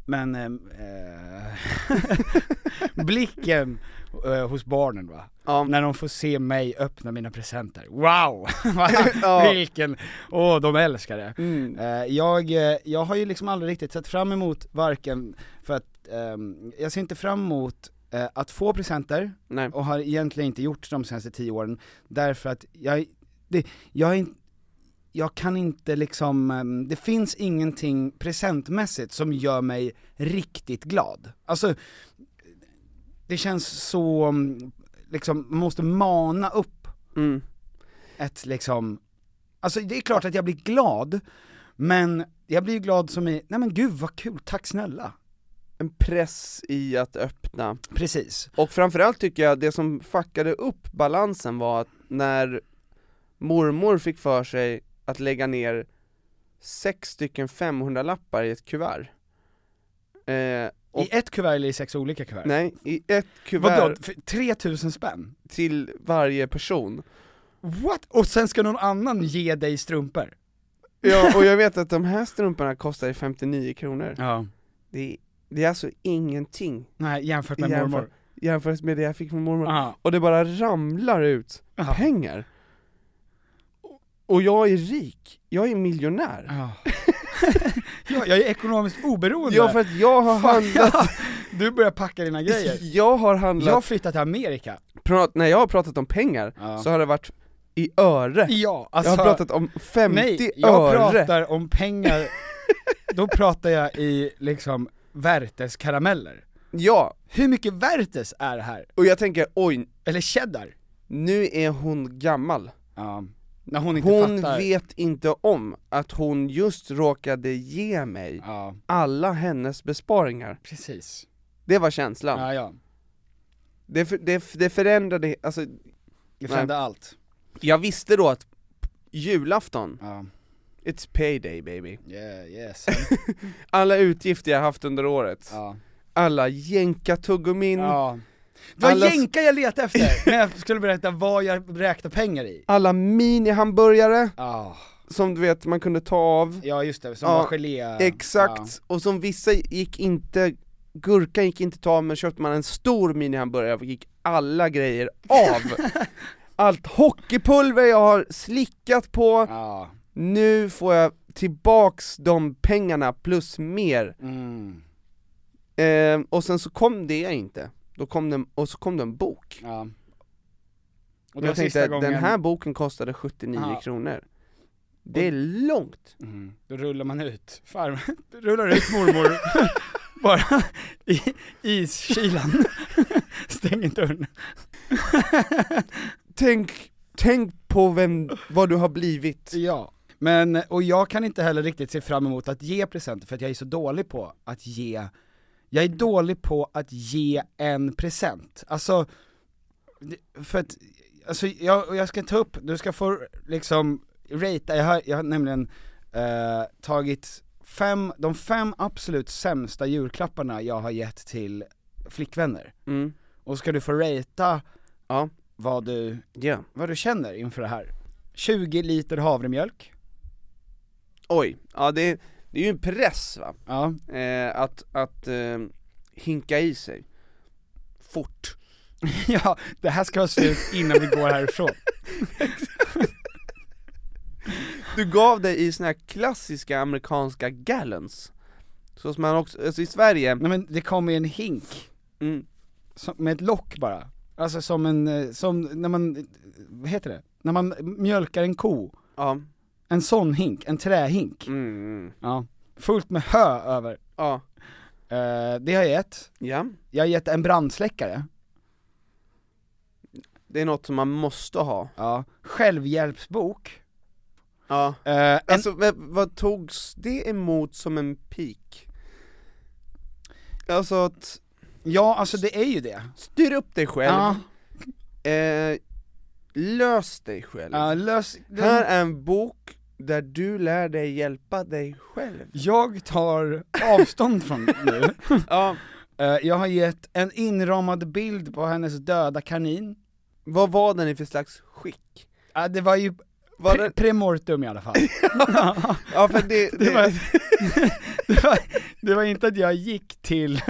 Speaker 4: Men ehm, eh, blicken eh, hos barnen va, när de får se mig öppna mina presenter, wow! Vilken, åh de älskar det. Eh, jag, eh, jag har ju liksom aldrig riktigt sett fram emot varken, för att ehm, jag ser inte fram emot eh, att få presenter,
Speaker 3: Nej.
Speaker 4: och har egentligen inte gjort de senaste tio åren, därför att jag, det, jag är inte jag kan inte liksom, ehm, det finns ingenting presentmässigt som gör mig riktigt glad. Alltså, det känns så, mm, liksom, man måste mana upp
Speaker 3: Mm.
Speaker 4: ett liksom, alltså det är klart att jag blir glad, men jag blir ju glad som i, nej men gud vad kul, tack snälla.
Speaker 3: En press i att öppna.
Speaker 4: Precis.
Speaker 3: Och framförallt tycker jag det som fuckade upp balansen var att när mormor fick för sig att lägga ner sex stycken 500-lappar i ett kuvert. Eh, och,
Speaker 4: I ett kuvert eller i sex olika kuvert?
Speaker 3: nej, i ett kuvert
Speaker 4: Vadå, för 3000 spänn?
Speaker 3: till varje person.
Speaker 4: What? Och sen ska någon annan ge dig strumpor?
Speaker 3: Ja, och jag vet att de här strumporna kostar 59 kronor.
Speaker 4: Ja.
Speaker 3: Det, är, det är alltså ingenting
Speaker 4: Nej, jämfört med
Speaker 3: jämför-
Speaker 4: mormor.
Speaker 3: jämfört med det jag fick från mormor.
Speaker 4: Ja.
Speaker 3: Och det bara ramlar ut
Speaker 4: Ja.
Speaker 3: pengar. Och jag är rik, jag är miljonär.
Speaker 4: Ja. ja, jag är ekonomiskt oberoende.
Speaker 3: Ja för att jag har
Speaker 4: Fan,
Speaker 3: handlat,
Speaker 4: ja. Du börjar packa dina grejer.
Speaker 3: jag har handlat,
Speaker 4: Jag har flyttat till Amerika.
Speaker 3: prat, när jag har pratat om pengar
Speaker 4: Ja.
Speaker 3: så har det varit i öre.
Speaker 4: Ja, alltså-
Speaker 3: jag har pratat om 50
Speaker 4: Nej, jag
Speaker 3: öre.
Speaker 4: pratar om pengar, då pratar jag i liksom Werthers karameller.
Speaker 3: Ja,
Speaker 4: Hur mycket Werthers är det här?
Speaker 3: och jag tänker oj,
Speaker 4: Eller cheddar?
Speaker 3: nu är hon gammal.
Speaker 4: Ja, när hon inte
Speaker 3: Hon
Speaker 4: fattar.
Speaker 3: vet inte om att hon just råkade ge mig
Speaker 4: Ja,
Speaker 3: alla hennes besparingar.
Speaker 4: precis.
Speaker 3: Det var känslan.
Speaker 4: Ja, ja.
Speaker 3: Det, för- det, det förändrade, alltså
Speaker 4: Det förändrar allt.
Speaker 3: jag visste då att julafton,
Speaker 4: Ja,
Speaker 3: it's payday baby.
Speaker 4: yeah, yes.
Speaker 3: Alla utgifter jag haft under året,
Speaker 4: Ja.
Speaker 3: alla jänkartuggummin,
Speaker 4: Ja. Det var
Speaker 3: Alla s-
Speaker 4: jänka jag letade efter, när jag skulle berätta vad jag räknar pengar i.
Speaker 3: alla minihamburgare
Speaker 4: Ja,
Speaker 3: som du vet man kunde ta av,
Speaker 4: ja just det, som
Speaker 3: Ja,
Speaker 4: var gelé.
Speaker 3: exakt, och som vissa gick inte, gurkan gick inte ta av men köpte man en stor minihamburgare gick alla grejer av. Allt hockeypulver jag har slickat på,
Speaker 4: Ja.
Speaker 3: nu får jag tillbaks de pengarna plus mer.
Speaker 4: ja. Mm.
Speaker 3: Eh, och sen så kom det inte, då kom den, och så kom det en bok.
Speaker 4: Ja. Och
Speaker 3: Och jag tänkte att den här boken kostade 79
Speaker 4: Ja.
Speaker 3: kronor. Det är långt.
Speaker 4: Mm. Då rullar man ut, farm, rullar ut mormor, bara i iskylan, stänger dörren.
Speaker 3: Tänk, tänk på vem, vad du har blivit.
Speaker 4: Ja. Men, och jag kan inte heller riktigt se fram emot att ge presenter för att jag är så dålig på att ge, jag är dålig på att ge en present. Alltså, det- för att, alltså jag, och jag ska ta upp, du ska få liksom ratea, jag har, jag har nämligen eh, tagit fem, de fem absolut sämsta julklapparna jag har gett till flickvänner.
Speaker 3: Mm.
Speaker 4: Och ska du få ratea
Speaker 3: Ja.
Speaker 4: vad du,
Speaker 3: Ja.
Speaker 4: vad du känner inför det här. 20 liter havremjölk.
Speaker 3: Oj, ja det, det är ju en press va,
Speaker 4: Ja,
Speaker 3: eh, att, att eh, hinka i sig. Fort.
Speaker 4: ja, det här ska vara slut innan vi går härifrån.
Speaker 3: Du gav dig i såna här klassiska amerikanska gallons. Så som man också, alltså i Sverige,
Speaker 4: Nej men det kommer i en hink,
Speaker 3: mm,
Speaker 4: som, med ett lock bara. Alltså som en, eh, som när man, eh, vad heter det? När man mjölkar en ko.
Speaker 3: ja,
Speaker 4: En sån hink, en trähink.
Speaker 3: mm,
Speaker 4: Ja. Fullt med hö över.
Speaker 3: ja,
Speaker 4: Eh, det har jag gett.
Speaker 3: ja.
Speaker 4: Jag har gett en brandsläckare.
Speaker 3: Det är något som man måste ha.
Speaker 4: Ja. Självhjälpsbok.
Speaker 3: Ja.
Speaker 4: Eh, en,
Speaker 3: Alltså men vad togs det emot som en pik? Alltså att,
Speaker 4: ja alltså det är ju det.
Speaker 3: styr upp dig själv,
Speaker 4: Ja,
Speaker 3: eh, lös dig själv.
Speaker 4: ja lös,
Speaker 3: Här är en bok där du lär dig hjälpa dig själv.
Speaker 4: jag tar avstånd från det nu.
Speaker 3: Ja,
Speaker 4: Eh, jag har gett en inramad bild på hennes döda kanin.
Speaker 3: vad var den i för slags skick?
Speaker 4: Ja, det var ju
Speaker 3: Var
Speaker 4: Pre-
Speaker 3: det-
Speaker 4: Premortum i alla fall.
Speaker 3: Ja för det,
Speaker 4: Det var,
Speaker 3: det,
Speaker 4: det, var, det var inte att jag gick till,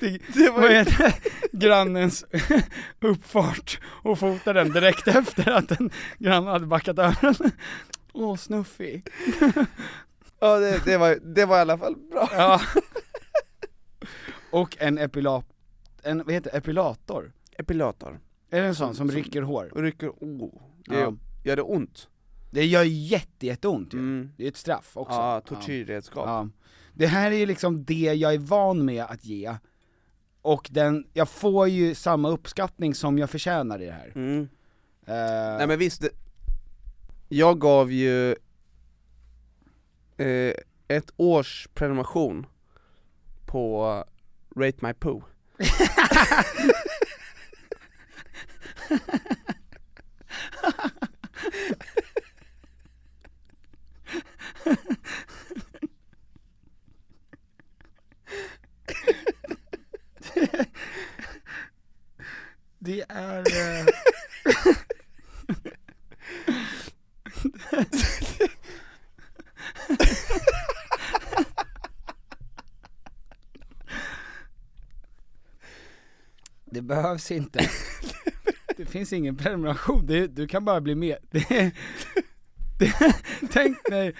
Speaker 4: till
Speaker 3: det var
Speaker 4: vad
Speaker 3: ju,
Speaker 4: heter det? grannens uppfart och fotade den direkt efter att en granne hade backat över den. Åh, snuffig.
Speaker 3: ja, det, det, var, det var i alla fall bra.
Speaker 4: Ja. Och en epilat, en, vad heter det? epilator?
Speaker 3: Epilator,
Speaker 4: Är det en sån som rycker hår?
Speaker 3: och rycker, oh, det
Speaker 4: Ja.
Speaker 3: gör det ont.
Speaker 4: Det gör jätte, jätteont ju.
Speaker 3: Mm.
Speaker 4: Det är ett straff också.
Speaker 3: Ja, tortyrredskap.
Speaker 4: Ja. Det här är ju liksom det jag är van med att ge, och den, jag får ju samma uppskattning som jag förtjänar i det här.
Speaker 3: Mm.
Speaker 4: Eh,
Speaker 3: Nej men visst, det... jag gav ju eh, ett års prenumeration på eh, Rate My Poo
Speaker 4: Det är... eh, Det behövs inte. Det finns ingen prenumeration, du, du kan bara bli med. Det, är- det, tänk dig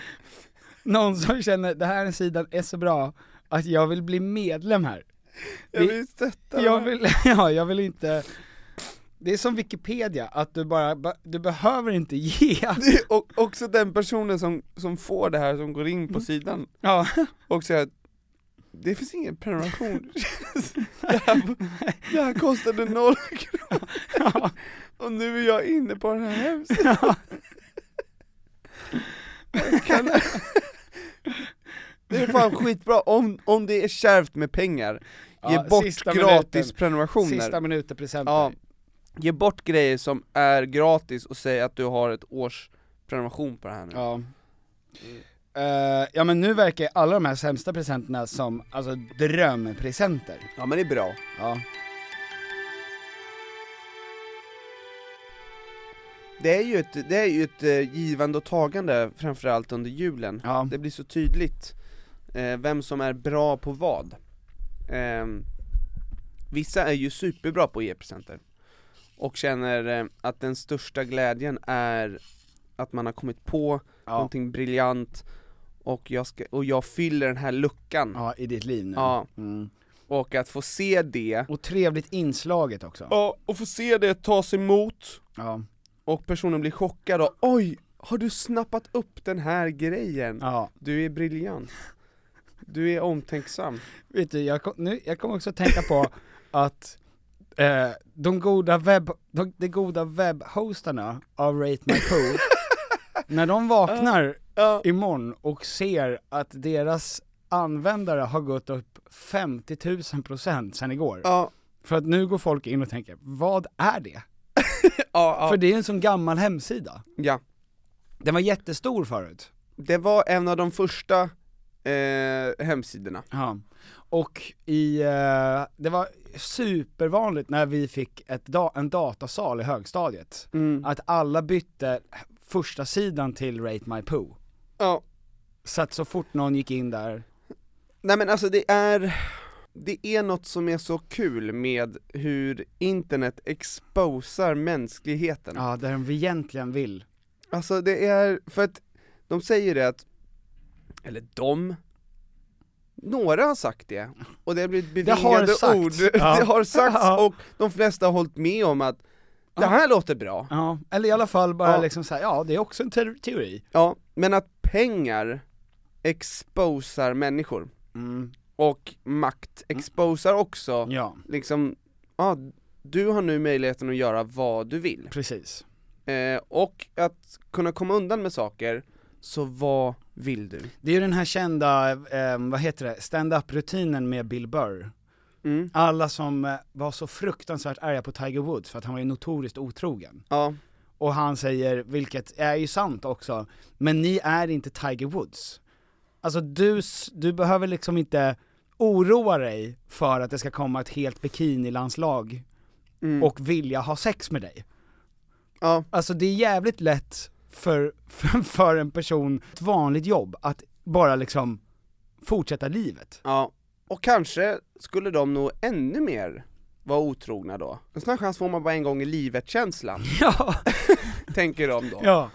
Speaker 4: någon som känner, det här sidan är så bra att jag vill bli medlem här.
Speaker 3: Jag
Speaker 4: Vi-
Speaker 3: vill stötta
Speaker 4: Jag
Speaker 3: den här.
Speaker 4: vill, ja, jag vill inte Det är som Wikipedia, att du bara, du behöver inte ge
Speaker 3: Det är o- också den personen som, som får det här, som går in
Speaker 4: Mm.
Speaker 3: på sidan
Speaker 4: Ja,
Speaker 3: och säger att det finns ingen prenumeration, det här, det här kostade noll kronor och nu är jag inne på den här hemsidan. Kan... Det är fan skitbra, om, om det är kärvt med pengar, ge
Speaker 4: Ja,
Speaker 3: bort
Speaker 4: sista
Speaker 3: gratis
Speaker 4: minuten.
Speaker 3: prenumerationer.
Speaker 4: sista minuten presenter
Speaker 3: Ja, ge bort grejer som är gratis och säg att du har ett års prenumeration på det här nu.
Speaker 4: Ja. Eh, ja men nu verkar alla de här sämsta presenterna som, alltså drömpresenter.
Speaker 3: Ja, men det är bra.
Speaker 4: Ja.
Speaker 3: Det är ju ett, det är ju ett eh, givande och tagande framförallt under julen.
Speaker 4: Ja.
Speaker 3: Det blir så tydligt eh, vem som är bra på vad. Ehm, vissa är ju superbra på att ge presenter och känner eh, att den största glädjen är att man har kommit på någonting briljant och jag, ska, och jag fyller den här luckan.
Speaker 4: ja, i ditt liv nu.
Speaker 3: Ja.
Speaker 4: Mm.
Speaker 3: Och att få se det,
Speaker 4: Och trevligt inslaget också.
Speaker 3: ja, och få se det tas emot
Speaker 4: Ja.
Speaker 3: och personen blir chockad och oj, har du snappat upp den här grejen?
Speaker 4: ja.
Speaker 3: Du är briljant. Du är omtänksam.
Speaker 4: Vet du, jag kom, nu, jag kom också att tänka på att eh, de goda webb, de, de goda webbhostarna av Rate My Poo, när de vaknar imorgon och ser att deras användare har gått upp 50 000% sen igår.
Speaker 3: Ja,
Speaker 4: För att nu går folk in och tänker, vad är det?
Speaker 3: ja, ja.
Speaker 4: För det är ju en sån gammal hemsida.
Speaker 3: ja.
Speaker 4: Den var jättestor förut.
Speaker 3: Det var en av de första eh, hemsidorna.
Speaker 4: Ja. Och i, eh, det var supervanligt när vi fick ett da- en datasal i högstadiet, att alla bytte första sidan till Rate My Poo.
Speaker 3: Ja.
Speaker 4: Så att så fort någon gick in där,
Speaker 3: Nej men alltså det är, det är något som är så kul med hur internet exposar mänskligheten.
Speaker 4: ja där vi egentligen vill.
Speaker 3: Alltså det är, för att de säger det att, eller de, några har sagt det, och det har blivit
Speaker 4: Det har
Speaker 3: bevingade
Speaker 4: sagts.
Speaker 3: ord,
Speaker 4: Ja.
Speaker 3: det har sagts
Speaker 4: Ja.
Speaker 3: och de flesta har hållit med om att det här låter bra,
Speaker 4: Ja, eller i alla fall bara
Speaker 3: Ja.
Speaker 4: liksom såhär, ja det är också en te- teori.
Speaker 3: ja, men att pengar exposar människor, och makt exposar också,
Speaker 4: Mm. Ja,
Speaker 3: liksom, ja, du har nu möjligheten att göra vad du vill.
Speaker 4: precis.
Speaker 3: Eh, och att kunna komma undan med saker, så vad vill du?
Speaker 4: Det är ju den här kända, eh, vad heter det, stand-up-rutinen med Bill Burr.
Speaker 3: Mm.
Speaker 4: Alla som eh, var så fruktansvärt arga på Tiger Woods för att han var ju notoriskt otrogen.
Speaker 3: Ja.
Speaker 4: Och han säger, vilket är ju sant också, men ni är inte Tiger Woods. Alltså du, s- du behöver liksom inte oroa dig för att det ska komma ett helt bikinilandslag och vilja ha sex med dig.
Speaker 3: Mm. Ja.
Speaker 4: Alltså det är jävligt lätt för, för, för en person, ett vanligt jobb, att bara liksom fortsätta livet.
Speaker 3: Ja, och kanske skulle de nog ännu mer vara otrogna då. En sån här chans får man bara en gång i livet-känslan.
Speaker 4: Ja.
Speaker 3: Tänker de då.
Speaker 4: Ja.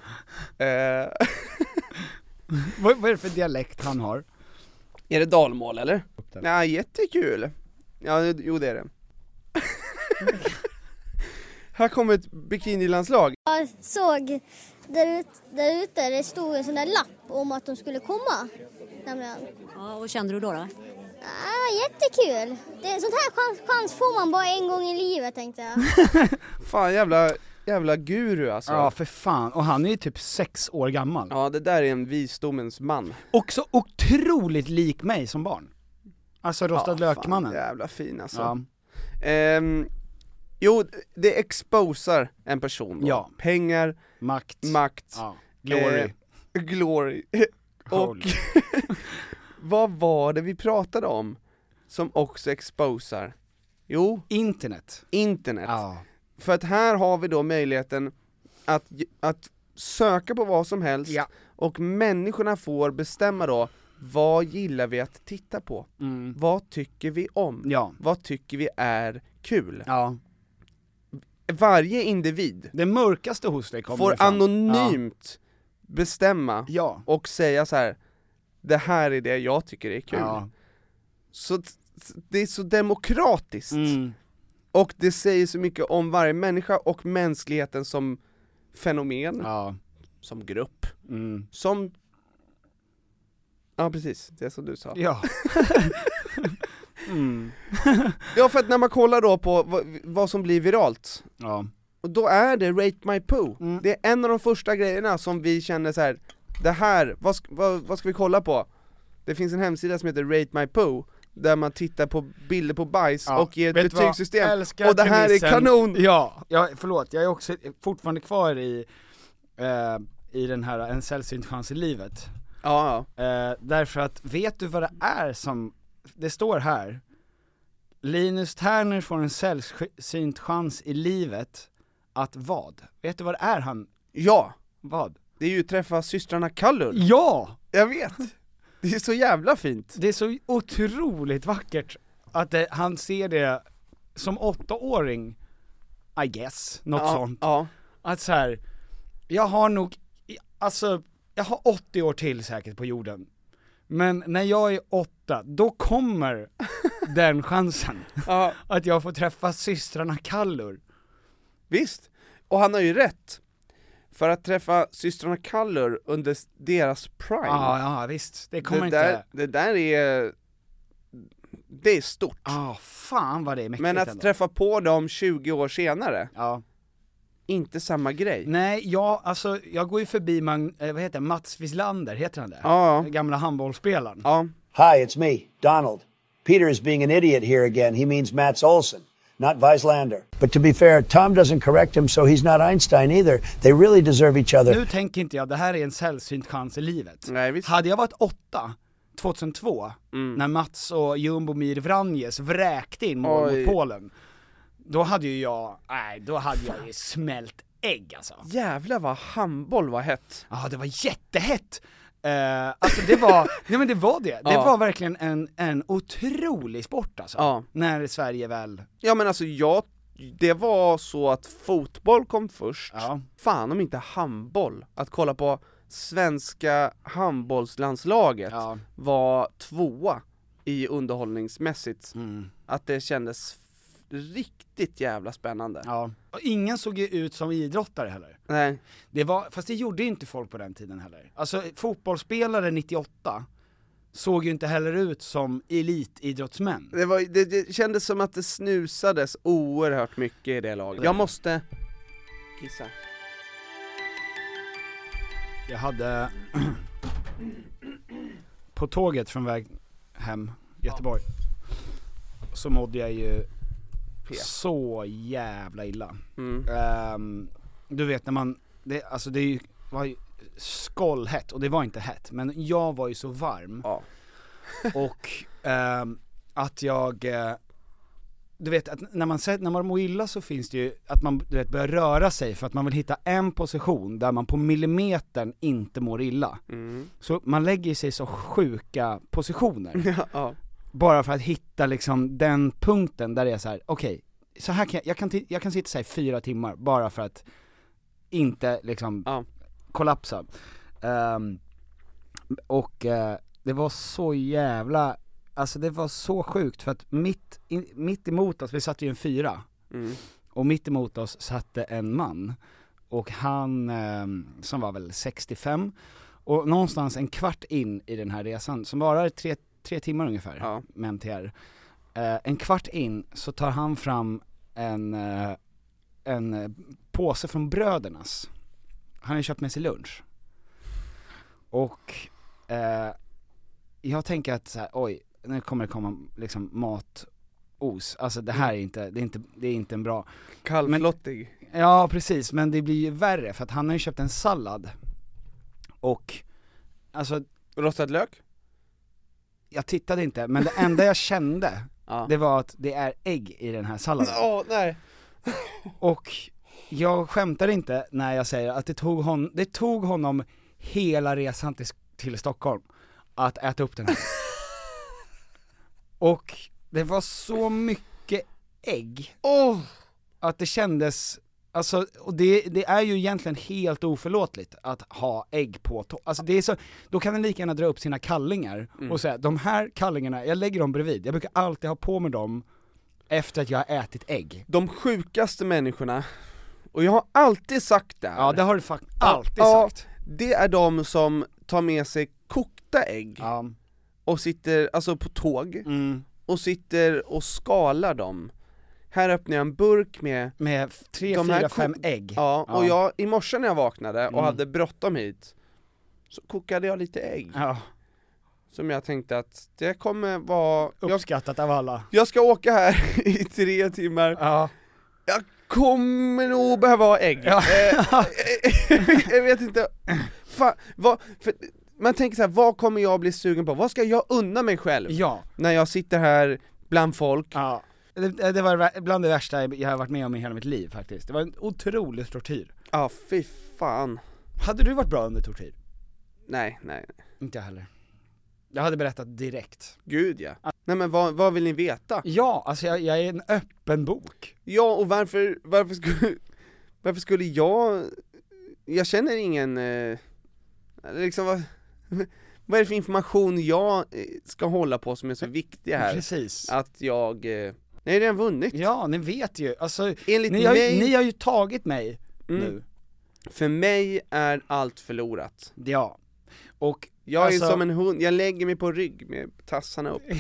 Speaker 3: Eh,
Speaker 4: Vad, vad är det för dialekt han har?
Speaker 3: är det dalmål eller? Ja, jättekul. Ja, det- jo det är det. här kommer ett bikinilandslag.
Speaker 6: Jag såg där ute, där ute det stod en sån där lapp om att de skulle komma. Nämligen.
Speaker 7: Ja, och kände du då? då?
Speaker 6: Ah, jättekul! Det, sånt här chans, chans får man bara en gång i livet tänkte jag.
Speaker 3: Fan jävla, jävla guru alltså.
Speaker 4: Ja för fan, och han är ju typ sex år gammal.
Speaker 3: Ja, det där är en visdomens man.
Speaker 4: Också otroligt lik mig som barn. Alltså rostad lökmannen.
Speaker 3: Fan, jävla fin alltså. Ehm, jo, det exposar en person då.
Speaker 4: Ja.
Speaker 3: Pengar,
Speaker 4: makt,
Speaker 3: makt
Speaker 4: Ja. Glory.
Speaker 3: eh, glory. Och vad var det vi pratade om som också exposar? Jo,
Speaker 4: internet.
Speaker 3: Internet. För att här har vi då möjligheten att, att söka på vad som helst och människorna får bestämma då vad gillar vi att titta på?
Speaker 4: Mm.
Speaker 3: Vad tycker vi om? Vad tycker vi är kul? Varje individ
Speaker 4: Det mörkaste hos dig kommer
Speaker 3: får
Speaker 4: det fram.
Speaker 3: anonymt bestämma och säga så här. det här är det jag tycker är kul.
Speaker 4: Ja.
Speaker 3: Så t- t- det är så demokratiskt,
Speaker 4: Mm.
Speaker 3: och det säger så mycket om varje människa och mänskligheten som fenomen, som grupp,
Speaker 4: Mm.
Speaker 3: som... Ja precis, det som du sa.
Speaker 4: Ja.
Speaker 3: Ja för att när man kollar då på vad, vad som blir viralt,
Speaker 4: Ja.
Speaker 3: och då är det Rate My Poo.
Speaker 4: Mm.
Speaker 3: Det är en av de första grejerna som vi känner så här. det här, vad, sk- vad, vad ska vi kolla på? Det finns en hemsida som heter Rate My Poo, där man tittar på bilder på bajs
Speaker 4: Ja,
Speaker 3: och ger ett
Speaker 4: vet du vad?
Speaker 3: betygssystem,
Speaker 4: Älskar
Speaker 3: och det här
Speaker 4: premissen.
Speaker 3: är kanon!
Speaker 4: Ja, jag, förlåt, jag är också fortfarande kvar i, eh, i den här en sällsynt chans i livet.
Speaker 3: Ja,
Speaker 4: Eh, därför att, vet du vad det är som, det står här, Linus Terners får en sällsynt chans i livet att vad? Vet du vad det är han?
Speaker 3: Ja!
Speaker 4: Vad?
Speaker 3: Det är ju träffa systrarna Kallur
Speaker 4: Ja!
Speaker 3: Jag vet! Det är så jävla fint!
Speaker 4: Det är så otroligt vackert att det, han ser det som åttaåring, I guess, något
Speaker 3: Ja,
Speaker 4: sånt.
Speaker 3: ja.
Speaker 4: Att så här, jag har nog, alltså, jag har 80 år till säkert på jorden. Men när jag är åtta, då kommer den chansen.
Speaker 3: Ja.
Speaker 4: Att jag får träffa systrarna Kallur.
Speaker 3: Visst! Och han har ju rätt! För att träffa systrarna Kallur under s- deras prime
Speaker 4: Ja, ja visst, det kommer
Speaker 3: det
Speaker 4: inte...
Speaker 3: där, Det där är... Det är stort.
Speaker 4: Ja, fan vad det är mäktigt
Speaker 3: Men att
Speaker 4: ändå.
Speaker 3: träffa på dem 20 år senare,
Speaker 4: Ja.
Speaker 3: inte samma grej.
Speaker 4: Nej, jag, alltså, jag går ju förbi man, eh, vad heter det, Mats Wislander, heter han det?
Speaker 3: Ja.
Speaker 4: Den gamla handbollsspelaren.
Speaker 3: Ja.
Speaker 8: Hi, it's me, Donald. Peter is being an idiot here again. He means Mats Olson, not Weislander. But to be fair, Tom doesn't correct him, so he's not Einstein either. They really deserve each
Speaker 4: Nu
Speaker 8: other.
Speaker 4: tänker inte jag, det här är en sällsynt chans i livet.
Speaker 3: Nej, visst. Mm.
Speaker 4: Hade jag varit åtta, 2002, när Mats och Jumbomir Vranjes vräkte in mål
Speaker 3: Oj.
Speaker 4: mot Polen, då hade ju jag, nej då hade jag ju smält ägg alltså.
Speaker 3: Jävlar vad handboll var hett.
Speaker 4: Ja, det var jättehett! Eh, alltså det var, nej men det var det, det
Speaker 3: Ja.
Speaker 4: var verkligen en, en otrolig sport alltså,
Speaker 3: Ja.
Speaker 4: när Sverige väl
Speaker 3: Ja men alltså jag, det var så att fotboll kom först, fan om inte handboll, att kolla på svenska handbollslandslaget var tvåa i underhållningsmässigt,
Speaker 4: Mm.
Speaker 3: att det kändes f- riktigt jävla spännande.
Speaker 4: Ja. Och ingen såg ju ut som idrottare heller.
Speaker 3: Nej.
Speaker 4: Det var, fast det gjorde ju inte folk på den tiden heller. Alltså fotbollsspelare 98 såg ju inte heller ut som elitidrottsmän.
Speaker 3: Det, var, det, det kändes som att det snusades oerhört mycket i det laget. Jag måste kissa.
Speaker 4: Jag hade på tåget från väg hem, Göteborg, så mådde jag ju så jävla illa. Ehm, du vet när man, det, alltså det är ju, var ju skållhett, och det var inte hett, men jag var ju så varm.
Speaker 3: Ja.
Speaker 4: och ehm, att jag eh, du vet att när man, sett- när man mår illa så finns det ju att man du vet, börjar röra sig för att man vill hitta en position där man på millimetern inte mår illa. Så man lägger sig i så sjuka positioner. Bara för att hitta liksom den punkten där det är så här: okej, så här kan jag, jag kan, ti- jag kan sitta så här i fyra timmar bara för att inte liksom kollapsa. Ehm, och eh, det var så jävla, alltså det var så sjukt för att mitt, in, mitt emot oss, vi satt ju i en fyra,
Speaker 3: Mm.
Speaker 4: och mitt emot oss satt det en man, och han ehm, som var väl 65, och någonstans en kvart in i den här resan, som varar tre, tre timmar ungefär med MTR, eh, en kvart in så tar han fram en, eh, en eh, påse från Brödernas. Han har ju köpt med sig lunch. Och eh, jag tänker att så här, oj, nu kommer det komma liksom matos. Alltså det här är inte, det är inte, det är inte en bra
Speaker 3: Kallflottig
Speaker 4: Ja precis, men det blir ju värre för att han har ju köpt en sallad Och, alltså
Speaker 3: Rostad lök?
Speaker 4: Jag tittade inte, men det enda jag kände, det var att det är ägg i den här salladen
Speaker 3: Åh nej
Speaker 4: Och jag skämtar inte när jag säger att det tog, hon, det tog honom hela resan till, till Stockholm att äta upp den här. Och det var så mycket ägg. Att det kändes, alltså, och det, det är ju egentligen helt oförlåtligt att ha ägg på topp. Alltså det är så, då kan den lika gärna dra upp sina kallingar
Speaker 3: Mm.
Speaker 4: och säga, de här kallingarna, jag lägger dem bredvid, jag brukar alltid ha på mig dem efter att jag har ätit ägg.
Speaker 3: De sjukaste människorna, och jag har alltid sagt det här,
Speaker 4: Ja det har du faktiskt alltid
Speaker 3: ja,
Speaker 4: sagt.
Speaker 3: det är de som tar med sig kokta ägg och sitter, alltså på tåg,
Speaker 4: Mm.
Speaker 3: och sitter och skalar dem Här öppnar jag en burk med
Speaker 4: Med tre, fyra, fem ägg.
Speaker 3: Ja, och
Speaker 4: Ja.
Speaker 3: jag, i morse när jag vaknade och
Speaker 4: Mm.
Speaker 3: hade bråttom hit Så kokade jag lite ägg Som jag tänkte att det kommer vara
Speaker 4: Uppskattat av alla
Speaker 3: Jag ska åka här i tre timmar Jag kommer nog behöva ha ägg Eh, eh, Jag vet inte, Fan, vad, för, man tänker så här, vad kommer jag bli sugen på? Vad ska jag unna mig själv?
Speaker 4: Ja.
Speaker 3: När jag sitter här bland folk
Speaker 4: Ja. Det, det var bland det värsta jag har varit med om i hela mitt liv faktiskt. Det var en otrolig tortyr.
Speaker 3: Ja, Ah, fy fan.
Speaker 4: Hade du varit bra under tortyr?
Speaker 3: Nej, nej.
Speaker 4: Inte jag heller. Jag hade berättat direkt.
Speaker 3: Gud ja. Nej men vad, vad vill ni veta?
Speaker 4: Ja, alltså jag, jag är en öppen bok.
Speaker 3: Ja, och varför, varför skulle, varför skulle jag, jag känner ingen, eh, liksom vad, vad är det för information jag eh, ska hålla på som är så viktig här?
Speaker 4: Precis.
Speaker 3: Att jag, eh, ni har redan vunnit.
Speaker 4: Ja, ni vet ju, alltså,
Speaker 3: Enligt
Speaker 4: ni har, ju-
Speaker 3: mig-
Speaker 4: ni har ju tagit mig
Speaker 3: Mm.
Speaker 4: nu.
Speaker 3: För mig är allt förlorat.
Speaker 4: Ja. Och
Speaker 3: jag
Speaker 4: alltså-
Speaker 3: är som en hund, jag lägger mig på rygg med tassarna upp.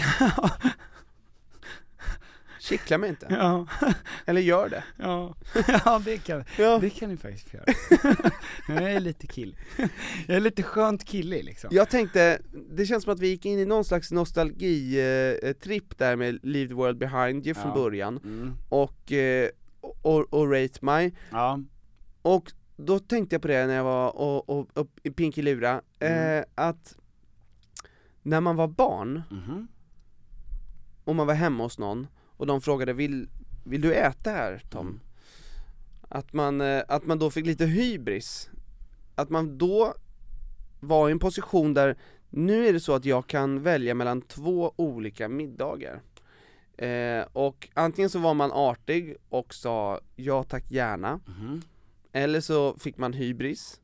Speaker 3: Kittla mig inte.
Speaker 4: Ja.
Speaker 3: Eller gör det.
Speaker 4: Ja, ja det kan det kan ni faktiskt få göra. jag är lite kill. Jag är lite skönt killig liksom.
Speaker 3: Jag tänkte, det känns som att vi gick in i någon slags nostalgitripp där med Leave the World Behind You från
Speaker 4: Ja.
Speaker 3: början,
Speaker 4: Mm.
Speaker 3: och, eh, och, och Rate My.
Speaker 4: Ja.
Speaker 3: Och då tänkte jag på det när jag var och, och, och i Pinky Lura, eh, att när man var barn, och man var hemma hos någon, och de frågade vill, vill du äta här Tom? Att, man, eh, att man då fick lite hybris, att man då var i en position där nu är det så att jag kan välja mellan två olika middagar. Eh, och antingen så var man artig och sa ja tack gärna, eller så fick man hybris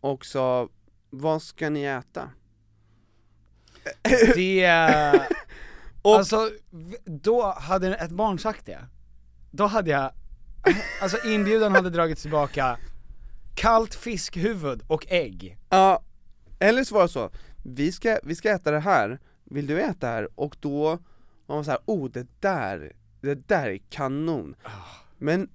Speaker 3: och sa vad ska ni äta?
Speaker 4: Det, eh, alltså, v- då hade ett barn sagt det, då hade jag, alltså inbjudan hade dragits tillbaka, kallt fiskhuvud och ägg.
Speaker 3: Ja, eller så var det så, vi ska, vi ska äta det här, vill du äta det här? Och då var man såhär, oh det där, det där är kanon Men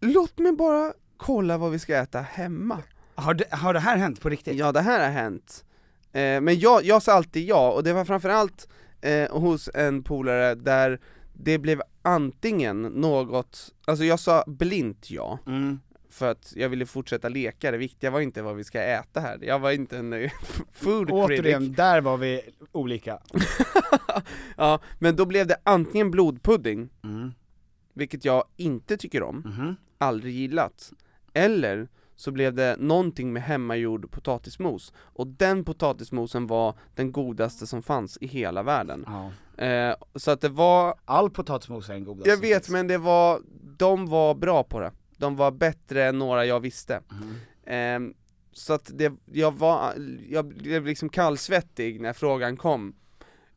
Speaker 3: låt mig bara kolla vad vi ska äta hemma
Speaker 4: Har det, har det här hänt på riktigt?
Speaker 3: Ja det här har hänt, eh, men jag, jag sa alltid ja, och det var framförallt eh, hos en polare där det blev antingen något, alltså jag sa blint ja För att jag ville fortsätta leka, det viktiga var inte vad vi ska äta här, jag var inte en eh, food critic
Speaker 4: Återigen, där var vi olika.
Speaker 3: Ja, men då blev det antingen blodpudding
Speaker 2: vilket jag inte tycker om, aldrig gillat. Eller så blev det någonting med hemmagjord potatismos, och den potatismosen var den godaste som fanns i hela världen. Eh, så att det var...
Speaker 4: All potatismos är en godaste.
Speaker 2: Jag vet, men det var, de var bra på det. De var bättre än några jag visste.
Speaker 4: Mm.
Speaker 2: Ehm, så att det, jag var, jag blev liksom kallsvettig när frågan kom.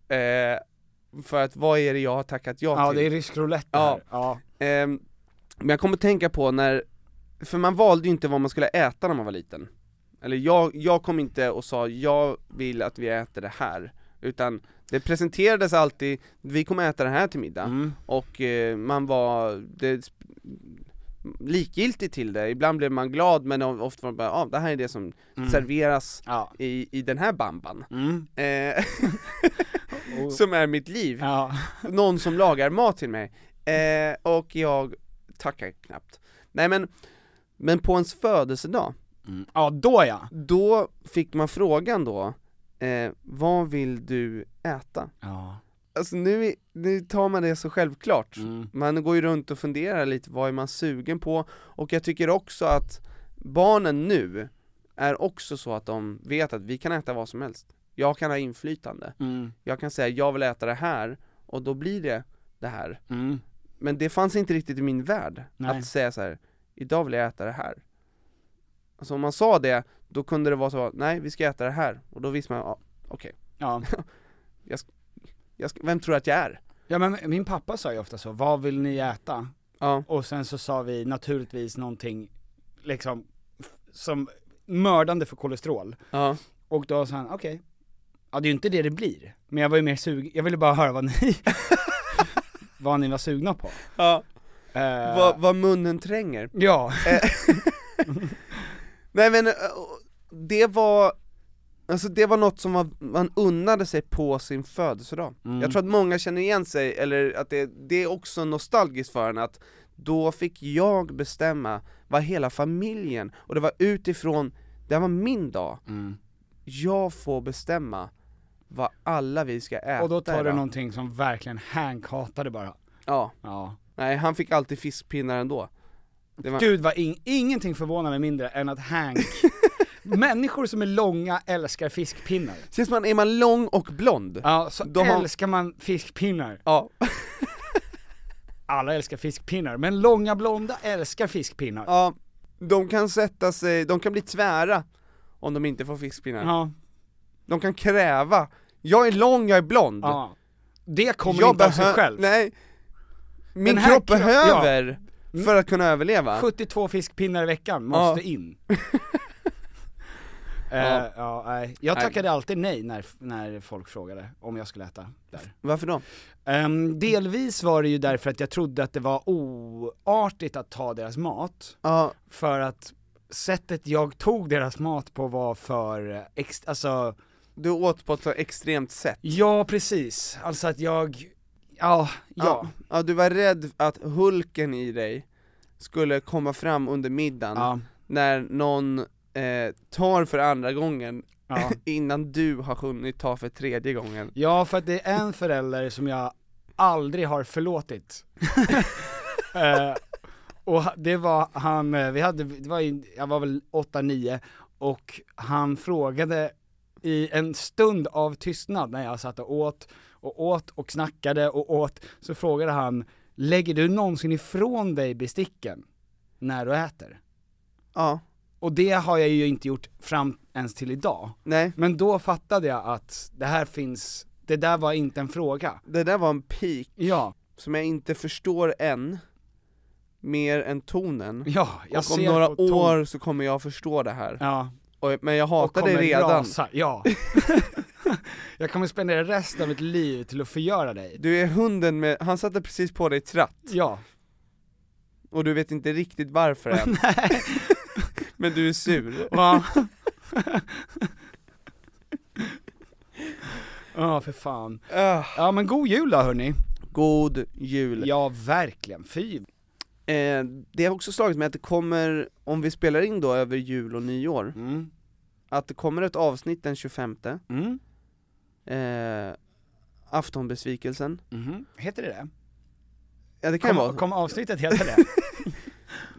Speaker 2: Eh, för att vad är det jag har tackat ja,
Speaker 4: Ja,
Speaker 2: till?
Speaker 4: det är rysk roulette det här. Ja.
Speaker 2: Ehm, men jag kommer tänka på när, för man valde ju inte vad man skulle äta när man var liten. Eller jag, jag kom inte och sa jag vill att vi äter det här, utan det presenterades alltid, vi kommer äta det här till middag, och eh, man var det, sp- likgiltig till det, ibland blev man glad men o- ofta var man bara ah, det här är det som
Speaker 4: Mm.
Speaker 2: serveras i, i den här bamban' eh, Som är mitt liv, någon som lagar mat till mig, eh, och jag tackar knappt Nej men, men på ens födelsedag
Speaker 4: Ja, då ja!
Speaker 2: Då fick man frågan då, eh, vad vill du äta?
Speaker 4: Ja.
Speaker 2: Alltså nu, är- nu tar man det så självklart, man går ju runt och funderar lite, vad är man sugen på? Och jag tycker också att barnen nu är också så att de vet att vi kan äta vad som helst Jag kan ha inflytande,
Speaker 4: Mm.
Speaker 2: jag kan säga jag vill äta det här, och då blir det det här
Speaker 4: Mm.
Speaker 2: Men det fanns inte riktigt i min värld,
Speaker 4: Nej.
Speaker 2: att säga så här. idag vill jag äta det här Alltså om man sa det, då kunde det vara så, nej vi ska äta det här, och då visste man, ja, okej
Speaker 4: Ja.
Speaker 2: jag, sk- jag, sk- Vem tror du att jag är?
Speaker 4: Ja men min pappa sa ju ofta så, vad vill ni äta?
Speaker 2: Ja.
Speaker 4: Och sen så sa vi naturligtvis någonting, liksom, f- som mördande för kolesterol.
Speaker 2: Ja.
Speaker 4: Och då sa han, okej. Ja det är ju inte det det blir, men jag var ju mer sugen, jag ville bara höra vad ni, vad ni var sugna på.
Speaker 2: Ja.
Speaker 4: Eh.
Speaker 2: Vad, vad munnen tränger
Speaker 4: Ja.
Speaker 2: Eh, Nej men, eh, det var, alltså det var något som man, man unnade sig på sin födelsedag
Speaker 4: Mm.
Speaker 2: Jag tror att många känner igen sig, eller att det, det är också nostalgiskt för en att då fick jag bestämma vad hela familjen, och det var utifrån, det här var min dag Jag får bestämma vad alla vi ska äta
Speaker 4: Och då tar du
Speaker 2: idag.
Speaker 4: någonting som verkligen hankhatade bara.
Speaker 2: Ja.
Speaker 4: ja.
Speaker 2: Nej, han fick alltid fiskpinnar ändå. Det var-
Speaker 4: Gud vad in, ingenting förvånar mig mindre än att Hank, människor som är långa älskar fiskpinnar.
Speaker 2: Ses man, är man lång och blond,
Speaker 4: Ja, så
Speaker 2: då har-
Speaker 4: älskar man fiskpinnar.
Speaker 2: Ja.
Speaker 4: Alla älskar fiskpinnar, men långa blonda älskar fiskpinnar.
Speaker 2: ja, de kan sätta sig, de kan bli tvära om de inte får fiskpinnar.
Speaker 4: Ja.
Speaker 2: De kan kräva, jag är lång, jag är blond.
Speaker 4: Ja. Det kommer
Speaker 2: jag
Speaker 4: inte av sig
Speaker 2: behö-
Speaker 4: själv.
Speaker 2: Nej, min
Speaker 4: Den här
Speaker 2: kropp
Speaker 4: kro- Mm.
Speaker 2: behöver för att kunna överleva.
Speaker 4: 72 fiskpinnar i veckan måste
Speaker 2: Ja.
Speaker 4: in. Eh,
Speaker 2: Ja.
Speaker 4: ja, nej. Jag
Speaker 2: Nej.
Speaker 4: tackade alltid nej när, när folk frågade om jag skulle äta där.
Speaker 2: Varför då?
Speaker 4: Ehm, delvis var det ju därför att jag trodde att det var oartigt att ta deras mat,
Speaker 2: Ja,
Speaker 4: för att sättet jag tog deras mat på var för, eh, ex- alltså,
Speaker 2: du åt på ett så extremt sätt.
Speaker 4: ja precis, alltså att jag, ja, ja,
Speaker 2: Ja. ja, du var rädd att Hulken i dig skulle komma fram under middagen
Speaker 4: Ja.
Speaker 2: när någon eh, tar för andra gången
Speaker 4: Ja.
Speaker 2: innan du har hunnit ta för tredje gången.
Speaker 4: Ja, för att det är en förälder som jag aldrig har förlåtit. Eh, och ha- det var han, eh, vi hade, det var, i- jag var väl 8-9 och han frågade i en stund av tystnad när jag satt och åt och åt och snackade och åt, så frågade han, lägger du någonsin ifrån dig besticken när du äter?
Speaker 2: Ja,
Speaker 4: Och det har jag ju inte gjort fram ens till idag.
Speaker 2: nej,
Speaker 4: Men då fattade jag att det här finns, det där var inte en fråga.
Speaker 2: det där var en peak
Speaker 4: Ja,
Speaker 2: som jag inte förstår än, mer än tonen.
Speaker 4: ja, jag
Speaker 2: och om
Speaker 4: ser
Speaker 2: några
Speaker 4: på ton-
Speaker 2: år så kommer jag förstå det här.
Speaker 4: Ja,
Speaker 2: Och, men jag
Speaker 4: och
Speaker 2: hatar det
Speaker 4: kommer
Speaker 2: redan.
Speaker 4: rasa, ja. jag kommer spendera resten av mitt liv till att förgöra dig.
Speaker 2: Du är hunden med, han satte precis på dig tratt,
Speaker 4: Ja,
Speaker 2: och du vet inte riktigt varför än. men du är sur.
Speaker 4: ja. Ja, för fan.
Speaker 2: Ah.
Speaker 4: Ja men god jul då hörni.
Speaker 2: God jul!
Speaker 4: Ja verkligen, fy.
Speaker 2: Eh, det har också slagit mig att det kommer, om vi spelar in då över jul och nyår,
Speaker 4: Mm.
Speaker 2: att det kommer ett avsnitt den 25
Speaker 4: Mm.
Speaker 2: eh, Aftonbesvikelsen
Speaker 4: Mm. Heter det det?
Speaker 3: Ja det kan
Speaker 4: kom,
Speaker 3: vara.
Speaker 4: Kom avsnittet heta det?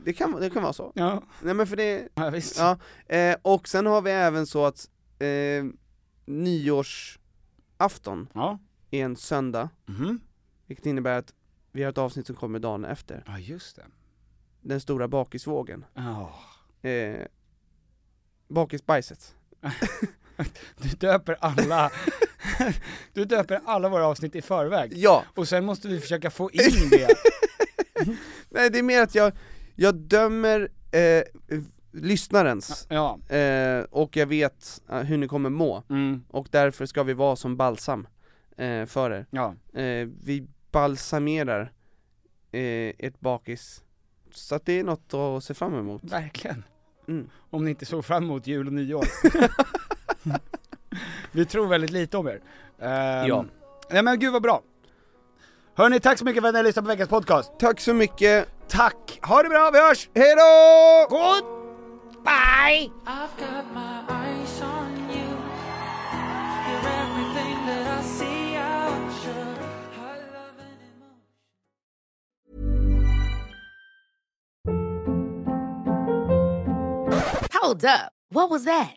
Speaker 3: det, kan, det kan vara så.
Speaker 4: Ja.
Speaker 3: Nej men för det...
Speaker 4: Ja, visst.
Speaker 3: Ja, eh, och sen har vi även så att eh, nyårsafton är en söndag,
Speaker 4: Mhm.
Speaker 3: vilket innebär att vi har ett avsnitt som kommer dagen efter.
Speaker 4: Ja just det.
Speaker 3: Den stora bakisvågen.
Speaker 4: Ja.
Speaker 3: Eh, bakisbajset.
Speaker 4: Du döper alla, du döper alla våra avsnitt i förväg.
Speaker 3: Ja.
Speaker 4: Och sen måste vi försöka få in det.
Speaker 3: Nej det är mer att jag, jag dömer eh, lyssnarens, eh, och jag vet eh, hur ni kommer må, och därför ska vi vara som balsam eh, för er. Eh, vi balsamerar eh, ett bakis, så att det är något att se fram emot.
Speaker 4: Verkligen.
Speaker 3: Mm.
Speaker 4: Om ni inte såg fram emot jul och nyår. vi tror väldigt lite om er. Ehm,
Speaker 3: Ja.
Speaker 4: Nej men gud vad bra. Hörni, tack så mycket för att ni lyssnade på veckans podcast.
Speaker 3: Tack så mycket.
Speaker 4: Tack. Ha det bra, vi hörs.
Speaker 3: Hej då!
Speaker 4: God
Speaker 7: Bye! I've got my eyes on you. You're everything that I see out sure. I love it.
Speaker 9: Hold up. What was that?